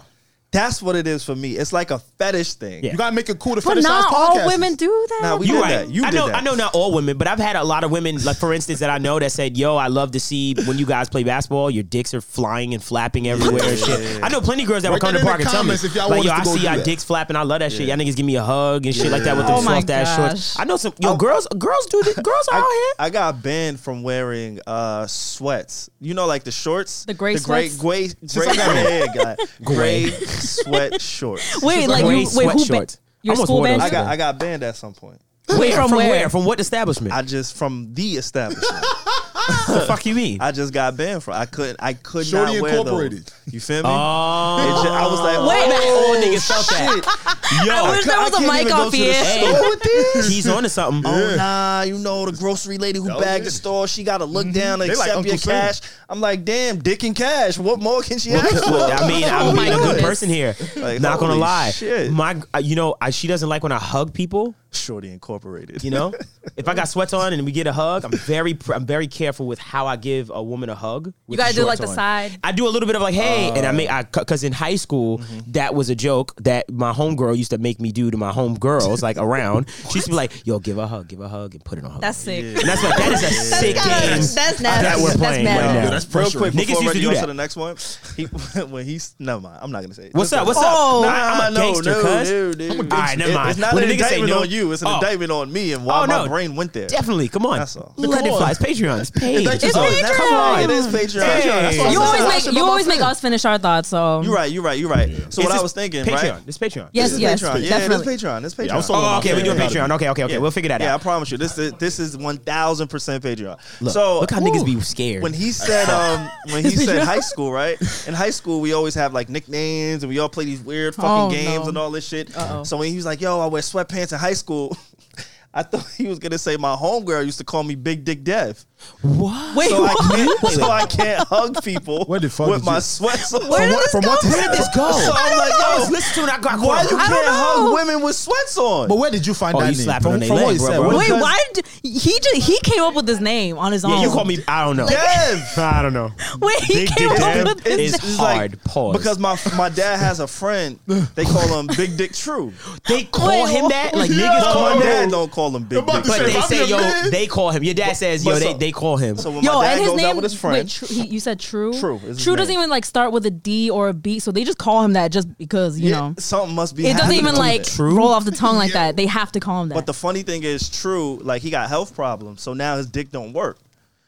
[SPEAKER 1] That's what it is for me. It's like a fetish thing.
[SPEAKER 3] Yeah.
[SPEAKER 2] You gotta make it cool to
[SPEAKER 4] but
[SPEAKER 2] fetishize
[SPEAKER 4] not all
[SPEAKER 2] podcasters.
[SPEAKER 4] women do that.
[SPEAKER 1] Nah, we-
[SPEAKER 3] You
[SPEAKER 1] did
[SPEAKER 3] right.
[SPEAKER 1] that. You
[SPEAKER 3] I
[SPEAKER 1] did
[SPEAKER 3] know.
[SPEAKER 1] that.
[SPEAKER 3] I know not all women, but I've had a lot of women, like for instance, that I know that said, "Yo, I love to see when you guys play basketball, your dicks are flying and flapping everywhere and shit." I know plenty of girls that
[SPEAKER 2] Write
[SPEAKER 3] would come
[SPEAKER 2] that
[SPEAKER 3] to
[SPEAKER 2] in the
[SPEAKER 3] park and tell me,
[SPEAKER 2] comments if y'all
[SPEAKER 3] like,
[SPEAKER 2] want
[SPEAKER 3] "Yo,
[SPEAKER 2] us
[SPEAKER 3] I
[SPEAKER 2] to go
[SPEAKER 3] see
[SPEAKER 2] do
[SPEAKER 3] y'all
[SPEAKER 2] that."
[SPEAKER 3] dicks flapping. I love that shit. Y'all niggas give me a hug and shit like that with them
[SPEAKER 4] Oh my
[SPEAKER 3] soft ass shorts."
[SPEAKER 4] gosh.
[SPEAKER 3] I know some yo girls. Girls do. This, girls are out
[SPEAKER 1] Oh. I,
[SPEAKER 3] here.
[SPEAKER 1] I got banned from wearing uh, sweats. You know, like the shorts,
[SPEAKER 4] The gray
[SPEAKER 1] the gray,
[SPEAKER 4] sweats?
[SPEAKER 1] gray, gray, yeah, guy. gray sweat shorts.
[SPEAKER 4] *laughs* wait, like
[SPEAKER 3] Gray
[SPEAKER 4] you, wait, who? Ba-
[SPEAKER 3] sweatshorts. I
[SPEAKER 4] your
[SPEAKER 3] almost
[SPEAKER 4] school
[SPEAKER 3] wore those
[SPEAKER 4] bench?
[SPEAKER 1] I got I got banned at some point.
[SPEAKER 4] Wait, from
[SPEAKER 3] where?
[SPEAKER 4] where?
[SPEAKER 3] From what establishment?
[SPEAKER 1] I just from the establishment.
[SPEAKER 3] the fuck you mean?
[SPEAKER 1] I just got banned from. I couldn't. I could
[SPEAKER 2] Shorty
[SPEAKER 1] not wear
[SPEAKER 2] Incorporated.
[SPEAKER 1] those. You feel me?
[SPEAKER 3] Oh.
[SPEAKER 1] It ju- I was like,
[SPEAKER 4] Wait.
[SPEAKER 1] oh,
[SPEAKER 3] all niggas felt that. Yo,
[SPEAKER 4] I wish there
[SPEAKER 1] I
[SPEAKER 4] was a
[SPEAKER 1] can't
[SPEAKER 4] mic
[SPEAKER 1] even go
[SPEAKER 4] off
[SPEAKER 1] to the
[SPEAKER 4] here.
[SPEAKER 1] store.
[SPEAKER 3] Hey, he's on to something.
[SPEAKER 1] Oh nah, you know the grocery lady who
[SPEAKER 2] Oh,
[SPEAKER 1] bagged
[SPEAKER 2] yeah.
[SPEAKER 1] the store. She got to look down and
[SPEAKER 2] They like
[SPEAKER 1] accept your
[SPEAKER 2] Uncle Sam.
[SPEAKER 1] cash. I'm like, damn, dick and cash. What more can she ask for?
[SPEAKER 3] *laughs* Well, I mean,
[SPEAKER 4] Oh
[SPEAKER 3] I'm
[SPEAKER 4] my
[SPEAKER 3] being a good
[SPEAKER 4] goodness.
[SPEAKER 3] person here.
[SPEAKER 1] Like,
[SPEAKER 3] Not gonna
[SPEAKER 1] holy
[SPEAKER 3] lie,
[SPEAKER 1] shit.
[SPEAKER 3] my uh, you know I, she doesn't like when I hug people.
[SPEAKER 1] Shorty Incorporated. *laughs*
[SPEAKER 3] You know, if I got sweats on and we get a hug, I'm very pr- I'm very careful with how I give a woman a hug. with
[SPEAKER 4] gotta do,
[SPEAKER 3] shorts
[SPEAKER 4] like, the
[SPEAKER 3] on.
[SPEAKER 4] side.
[SPEAKER 3] I do a little bit of like hey,
[SPEAKER 1] Uh.
[SPEAKER 3] and I make I because in high school
[SPEAKER 1] Mm-hmm.
[SPEAKER 3] that was a joke that my homegirl used to make me do to my homegirls
[SPEAKER 1] *laughs*
[SPEAKER 3] like around. She used to be like, "Yo, give a hug, give a hug, and put it on her."
[SPEAKER 4] That's
[SPEAKER 3] leg."
[SPEAKER 4] sick.
[SPEAKER 3] And that's what that
[SPEAKER 4] *laughs*
[SPEAKER 3] is a sick game.
[SPEAKER 4] That's nasty.
[SPEAKER 3] That we're
[SPEAKER 4] That's
[SPEAKER 3] playing
[SPEAKER 4] mad.
[SPEAKER 3] right now.
[SPEAKER 2] Yo, that's
[SPEAKER 1] Real
[SPEAKER 2] pressure.
[SPEAKER 1] quick,
[SPEAKER 3] Niggas
[SPEAKER 1] before
[SPEAKER 3] used to
[SPEAKER 1] Reggie
[SPEAKER 3] do
[SPEAKER 1] goes
[SPEAKER 3] that.
[SPEAKER 1] to the next one, he *laughs* when he's never mind. I'm not gonna say it.
[SPEAKER 3] What's
[SPEAKER 1] Just
[SPEAKER 3] up? What's up?
[SPEAKER 4] Oh,
[SPEAKER 3] Nah, I'm a
[SPEAKER 1] no,
[SPEAKER 3] gangster,
[SPEAKER 1] no,
[SPEAKER 3] cuz.
[SPEAKER 1] no, dude.
[SPEAKER 3] I'm a gangster. All right, never mind.
[SPEAKER 1] It's not
[SPEAKER 3] When
[SPEAKER 1] an
[SPEAKER 3] a nigga say
[SPEAKER 1] indictment
[SPEAKER 3] no-
[SPEAKER 1] on you. It's an
[SPEAKER 3] Oh.
[SPEAKER 1] indictment on me and why
[SPEAKER 3] Oh,
[SPEAKER 1] my
[SPEAKER 3] no.
[SPEAKER 1] brain went there.
[SPEAKER 3] Definitely. Come on.
[SPEAKER 1] That's all.
[SPEAKER 3] The credit
[SPEAKER 2] on.
[SPEAKER 3] flies. Patreon. It's paid.
[SPEAKER 2] Thank you
[SPEAKER 4] It's so much. Patreon.
[SPEAKER 3] Come on.
[SPEAKER 1] It is Patreon.
[SPEAKER 3] Hey.
[SPEAKER 1] That's
[SPEAKER 4] You
[SPEAKER 1] what I
[SPEAKER 4] always
[SPEAKER 1] said.
[SPEAKER 4] make you always make us finish our thoughts. So
[SPEAKER 1] You're right. You're right. You're right. So
[SPEAKER 3] It's
[SPEAKER 1] what I
[SPEAKER 3] just
[SPEAKER 1] was thinking,
[SPEAKER 3] Patreon.
[SPEAKER 1] right?
[SPEAKER 3] It's Patreon.
[SPEAKER 4] Yes,
[SPEAKER 1] It's
[SPEAKER 4] yes,
[SPEAKER 1] Patreon. Yeah,
[SPEAKER 4] definitely.
[SPEAKER 1] it's Patreon. It's Patreon.
[SPEAKER 2] Yeah, I'm so-
[SPEAKER 3] Oh, okay. We doing
[SPEAKER 2] Yeah.
[SPEAKER 3] Patreon. Okay, okay, okay.
[SPEAKER 1] Yeah.
[SPEAKER 3] We'll figure that
[SPEAKER 1] Yeah, I
[SPEAKER 3] out.
[SPEAKER 1] promise you. This is this is one thousand percent Patreon.
[SPEAKER 3] Look,
[SPEAKER 1] so
[SPEAKER 3] look how niggas be scared.
[SPEAKER 1] When he
[SPEAKER 3] *laughs*
[SPEAKER 1] said um when he said high school, right? In high school we always have like nicknames and we all play these weird fucking
[SPEAKER 4] Oh,
[SPEAKER 1] games
[SPEAKER 4] no.
[SPEAKER 1] and all this shit.
[SPEAKER 4] Uh-oh.
[SPEAKER 1] So when he was like, yo, I wear sweatpants in high school, *laughs* I thought he was gonna say my homegirl used to call me Big Dick Dev.
[SPEAKER 3] What?
[SPEAKER 4] Wait,
[SPEAKER 1] So I
[SPEAKER 4] what?
[SPEAKER 1] can't so I can't hug people
[SPEAKER 2] Where the fuck
[SPEAKER 1] with
[SPEAKER 2] did
[SPEAKER 1] my
[SPEAKER 2] you-
[SPEAKER 1] sweats on.
[SPEAKER 4] Where did
[SPEAKER 2] what-
[SPEAKER 4] this
[SPEAKER 2] from
[SPEAKER 4] go?
[SPEAKER 2] what to-
[SPEAKER 3] Where did this *laughs* go?
[SPEAKER 1] So I'm like,
[SPEAKER 3] I
[SPEAKER 1] yo,
[SPEAKER 3] was listening to it. I got
[SPEAKER 1] why you
[SPEAKER 3] caught up.
[SPEAKER 1] can't
[SPEAKER 4] don't know.
[SPEAKER 1] hug women with sweats on?
[SPEAKER 2] But where did you find
[SPEAKER 3] Oh,
[SPEAKER 2] that
[SPEAKER 3] you
[SPEAKER 2] name?
[SPEAKER 3] slapped it on
[SPEAKER 2] From-
[SPEAKER 3] they
[SPEAKER 2] from what
[SPEAKER 3] leg,
[SPEAKER 2] he
[SPEAKER 3] bro,
[SPEAKER 2] said,
[SPEAKER 3] bro.
[SPEAKER 2] what-
[SPEAKER 4] Wait,
[SPEAKER 1] Because-
[SPEAKER 4] why did he just he came up with this name on his own?
[SPEAKER 3] Yeah, you called me. I don't know.
[SPEAKER 1] Dev.
[SPEAKER 3] I don't know.
[SPEAKER 4] Wait, he
[SPEAKER 3] Big
[SPEAKER 4] came
[SPEAKER 3] Dick
[SPEAKER 4] up
[SPEAKER 3] Dev
[SPEAKER 4] with this
[SPEAKER 3] is
[SPEAKER 4] name.
[SPEAKER 1] It's like-
[SPEAKER 3] hard. Pause.
[SPEAKER 1] Because my my dad has a friend. They call him Big Dick True.
[SPEAKER 3] they call
[SPEAKER 4] Wait,
[SPEAKER 3] him that. Like
[SPEAKER 2] yo.
[SPEAKER 3] niggas call
[SPEAKER 1] my *laughs*
[SPEAKER 3] him
[SPEAKER 1] dad
[SPEAKER 3] that.
[SPEAKER 1] don't call him Big Dick.
[SPEAKER 2] About to
[SPEAKER 1] True.
[SPEAKER 3] But they
[SPEAKER 2] If I'm
[SPEAKER 3] say
[SPEAKER 2] your
[SPEAKER 3] yo,
[SPEAKER 2] man-
[SPEAKER 3] they call him. Your dad says yo,
[SPEAKER 1] but
[SPEAKER 3] they
[SPEAKER 1] so-
[SPEAKER 3] they call him.
[SPEAKER 1] So when
[SPEAKER 4] Yo,
[SPEAKER 1] my dad
[SPEAKER 4] and his
[SPEAKER 1] goes
[SPEAKER 4] name.
[SPEAKER 1] out with his friend,
[SPEAKER 4] Wait, Tru- he- you said True.
[SPEAKER 1] True is his
[SPEAKER 4] True doesn't
[SPEAKER 1] name.
[SPEAKER 4] even like start with a D or a B, so they just call him that just because you
[SPEAKER 1] yeah,
[SPEAKER 4] know
[SPEAKER 1] something must be.
[SPEAKER 4] it doesn't
[SPEAKER 1] happening
[SPEAKER 4] even
[SPEAKER 1] to
[SPEAKER 4] like
[SPEAKER 1] him.
[SPEAKER 3] True?
[SPEAKER 4] roll off the tongue like that. They have to call him that.
[SPEAKER 1] But the funny thing is, True, like he got health problems, so now his dick don't work.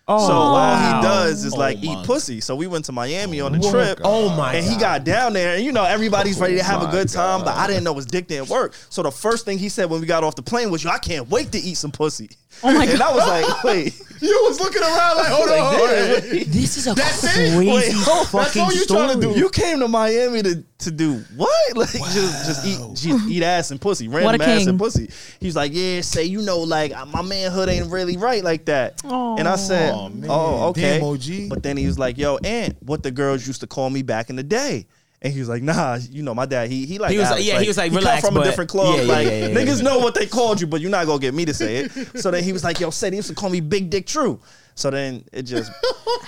[SPEAKER 3] oh,
[SPEAKER 1] So all
[SPEAKER 3] wow.
[SPEAKER 1] he does is
[SPEAKER 2] Oh
[SPEAKER 1] like
[SPEAKER 2] my.
[SPEAKER 1] eat pussy. So we went to Miami on a
[SPEAKER 2] What?
[SPEAKER 1] trip.
[SPEAKER 3] Oh my
[SPEAKER 1] And he
[SPEAKER 3] God. Oh
[SPEAKER 1] got down there, and you know everybody's ready to have a
[SPEAKER 2] my
[SPEAKER 1] good time, but I didn't know his dick didn't work. So the first thing he said when we got off the plane was, "Yo, I can't wait to eat some pussy."
[SPEAKER 4] Oh
[SPEAKER 1] *laughs*
[SPEAKER 4] my
[SPEAKER 1] And I was like, "Wait."
[SPEAKER 2] You was looking around like, hold on, hold on.
[SPEAKER 3] This is a
[SPEAKER 2] That's it?
[SPEAKER 3] crazy
[SPEAKER 1] Wait,
[SPEAKER 3] fucking
[SPEAKER 2] all you
[SPEAKER 3] story.
[SPEAKER 2] tryna do.
[SPEAKER 1] You came to Miami to, to do what? *laughs* Like just just eat just eat ass and pussy,
[SPEAKER 4] a
[SPEAKER 1] random ass
[SPEAKER 4] king.
[SPEAKER 1] and pussy. He's like, yeah, say you know, like uh, my manhood ain't really right like that. And I said,
[SPEAKER 2] Aw, man.
[SPEAKER 1] oh, okay.
[SPEAKER 2] Damn, OG.
[SPEAKER 1] But then he was like, yo, aunt, what the girls used to call me back in the day. And he was like, nah, you know, my dad, he he like
[SPEAKER 3] He was
[SPEAKER 1] Alex,
[SPEAKER 3] like- yeah, he was like,
[SPEAKER 1] come
[SPEAKER 3] relax,
[SPEAKER 1] from
[SPEAKER 3] but-
[SPEAKER 1] a different club.
[SPEAKER 3] yeah, yeah,
[SPEAKER 1] like
[SPEAKER 3] yeah, yeah, yeah.
[SPEAKER 1] niggas know what they called you, but you're not gonna get me to say it. So then he was like, yo, said he used to call me Big Dick True. So then it just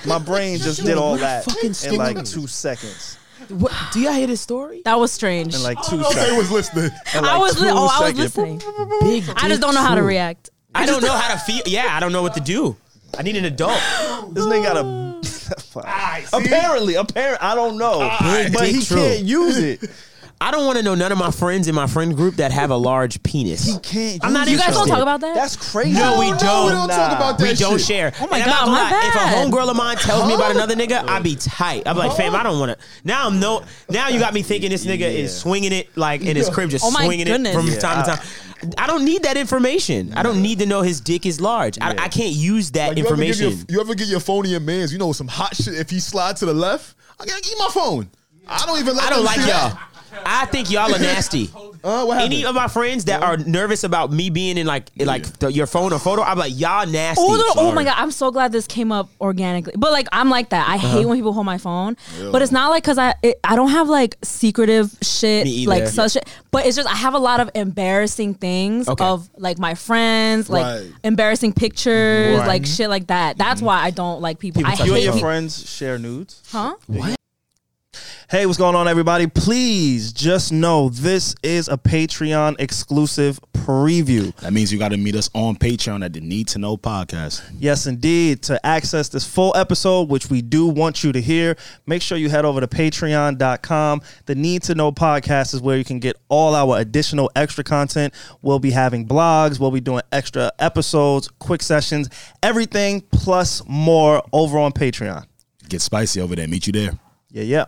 [SPEAKER 1] my brain just did all
[SPEAKER 3] What a
[SPEAKER 1] that
[SPEAKER 3] fucking
[SPEAKER 1] in like
[SPEAKER 3] stupid.
[SPEAKER 1] two seconds
[SPEAKER 3] What, do y'all hear this story?
[SPEAKER 4] that was strange.
[SPEAKER 1] in like
[SPEAKER 3] Oh,
[SPEAKER 1] two
[SPEAKER 2] Don't say
[SPEAKER 1] seconds.
[SPEAKER 2] he was listening.
[SPEAKER 1] In
[SPEAKER 4] I
[SPEAKER 1] like
[SPEAKER 4] was
[SPEAKER 1] two
[SPEAKER 4] li- oh, I was
[SPEAKER 1] seconds.
[SPEAKER 4] listening.
[SPEAKER 3] Big
[SPEAKER 4] I just don't know how to react.
[SPEAKER 3] I don't know how to feel. Yeah, I don't know what to do. I need an adult.
[SPEAKER 1] This nigga got a. *laughs*
[SPEAKER 2] Ah, see?
[SPEAKER 1] apparently, apparently, I don't know,
[SPEAKER 3] Big
[SPEAKER 1] but
[SPEAKER 3] dick
[SPEAKER 1] he
[SPEAKER 3] true. *laughs*
[SPEAKER 1] can't use it.
[SPEAKER 3] I don't want to know none of my friends in my friend group that have a large penis.
[SPEAKER 1] You can't.
[SPEAKER 3] I'm not
[SPEAKER 1] use
[SPEAKER 4] You guys
[SPEAKER 1] yourself.
[SPEAKER 4] don't talk about that?
[SPEAKER 1] That's crazy.
[SPEAKER 3] No, we don't.
[SPEAKER 2] We don't talk about that
[SPEAKER 3] we don't
[SPEAKER 2] shit.
[SPEAKER 3] share.
[SPEAKER 4] Oh my
[SPEAKER 3] And I'm
[SPEAKER 4] God,
[SPEAKER 3] not gonna
[SPEAKER 4] my
[SPEAKER 3] lie,
[SPEAKER 4] bad. Oh.
[SPEAKER 3] If a homegirl of mine tells me about another nigga, I be tight. I'm like, fam, I don't want to. Now I'm no. Now you got me thinking this nigga is swinging it like in
[SPEAKER 4] *laughs*
[SPEAKER 3] his crib, just
[SPEAKER 4] Oh my
[SPEAKER 3] swinging
[SPEAKER 4] goodness.
[SPEAKER 3] it from
[SPEAKER 4] Yeah,
[SPEAKER 3] time to time. I don't need that information. I don't need to know his dick is large. I, I can't use that
[SPEAKER 2] Like, you
[SPEAKER 3] information.
[SPEAKER 2] Ever get your, you ever get your phone in your man's? You know some hot shit. If he slide to the left, I gotta eat my phone. I don't even. Let
[SPEAKER 3] I don't
[SPEAKER 2] them
[SPEAKER 3] like
[SPEAKER 4] *laughs*
[SPEAKER 2] see
[SPEAKER 3] y'all.
[SPEAKER 2] that.
[SPEAKER 3] I think y'all are nasty.
[SPEAKER 2] Uh, what happened?
[SPEAKER 3] Any of my friends that are nervous about me being in like like the, your phone or photo, I'm like y'all nasty.
[SPEAKER 4] Oh, no, oh my god! I'm so glad this came up organically. But like, I'm like that. I
[SPEAKER 3] Uh-huh.
[SPEAKER 4] hate when people hold my phone. But it's not like because I it, I don't have like secretive shit,
[SPEAKER 3] Me either.
[SPEAKER 4] like such. Shit, but it's just I have a lot of embarrassing things
[SPEAKER 3] Okay.
[SPEAKER 4] of like my friends, like
[SPEAKER 2] Right.
[SPEAKER 4] embarrassing pictures,
[SPEAKER 3] Right.
[SPEAKER 4] like shit like that. That's why I don't like people.
[SPEAKER 3] Mm-hmm. People touch
[SPEAKER 4] I
[SPEAKER 1] You and
[SPEAKER 4] hate
[SPEAKER 1] your
[SPEAKER 4] people.
[SPEAKER 1] friends share nudes.
[SPEAKER 4] Huh?
[SPEAKER 1] Hey, what's going on, everybody? Please just know this is a Patreon exclusive preview.
[SPEAKER 6] That means you got to meet us on Patreon at the Need to Know podcast.
[SPEAKER 1] Yes, indeed. To access this full episode, which we do want you to hear, make sure you head over to patreon.com. The Need to Know podcast is where you can get all our additional extra content. We'll be having blogs, we'll be doing extra episodes, quick sessions, everything plus more over on Patreon.
[SPEAKER 6] Get spicy over there. Meet you there.
[SPEAKER 1] Yeah, yeah.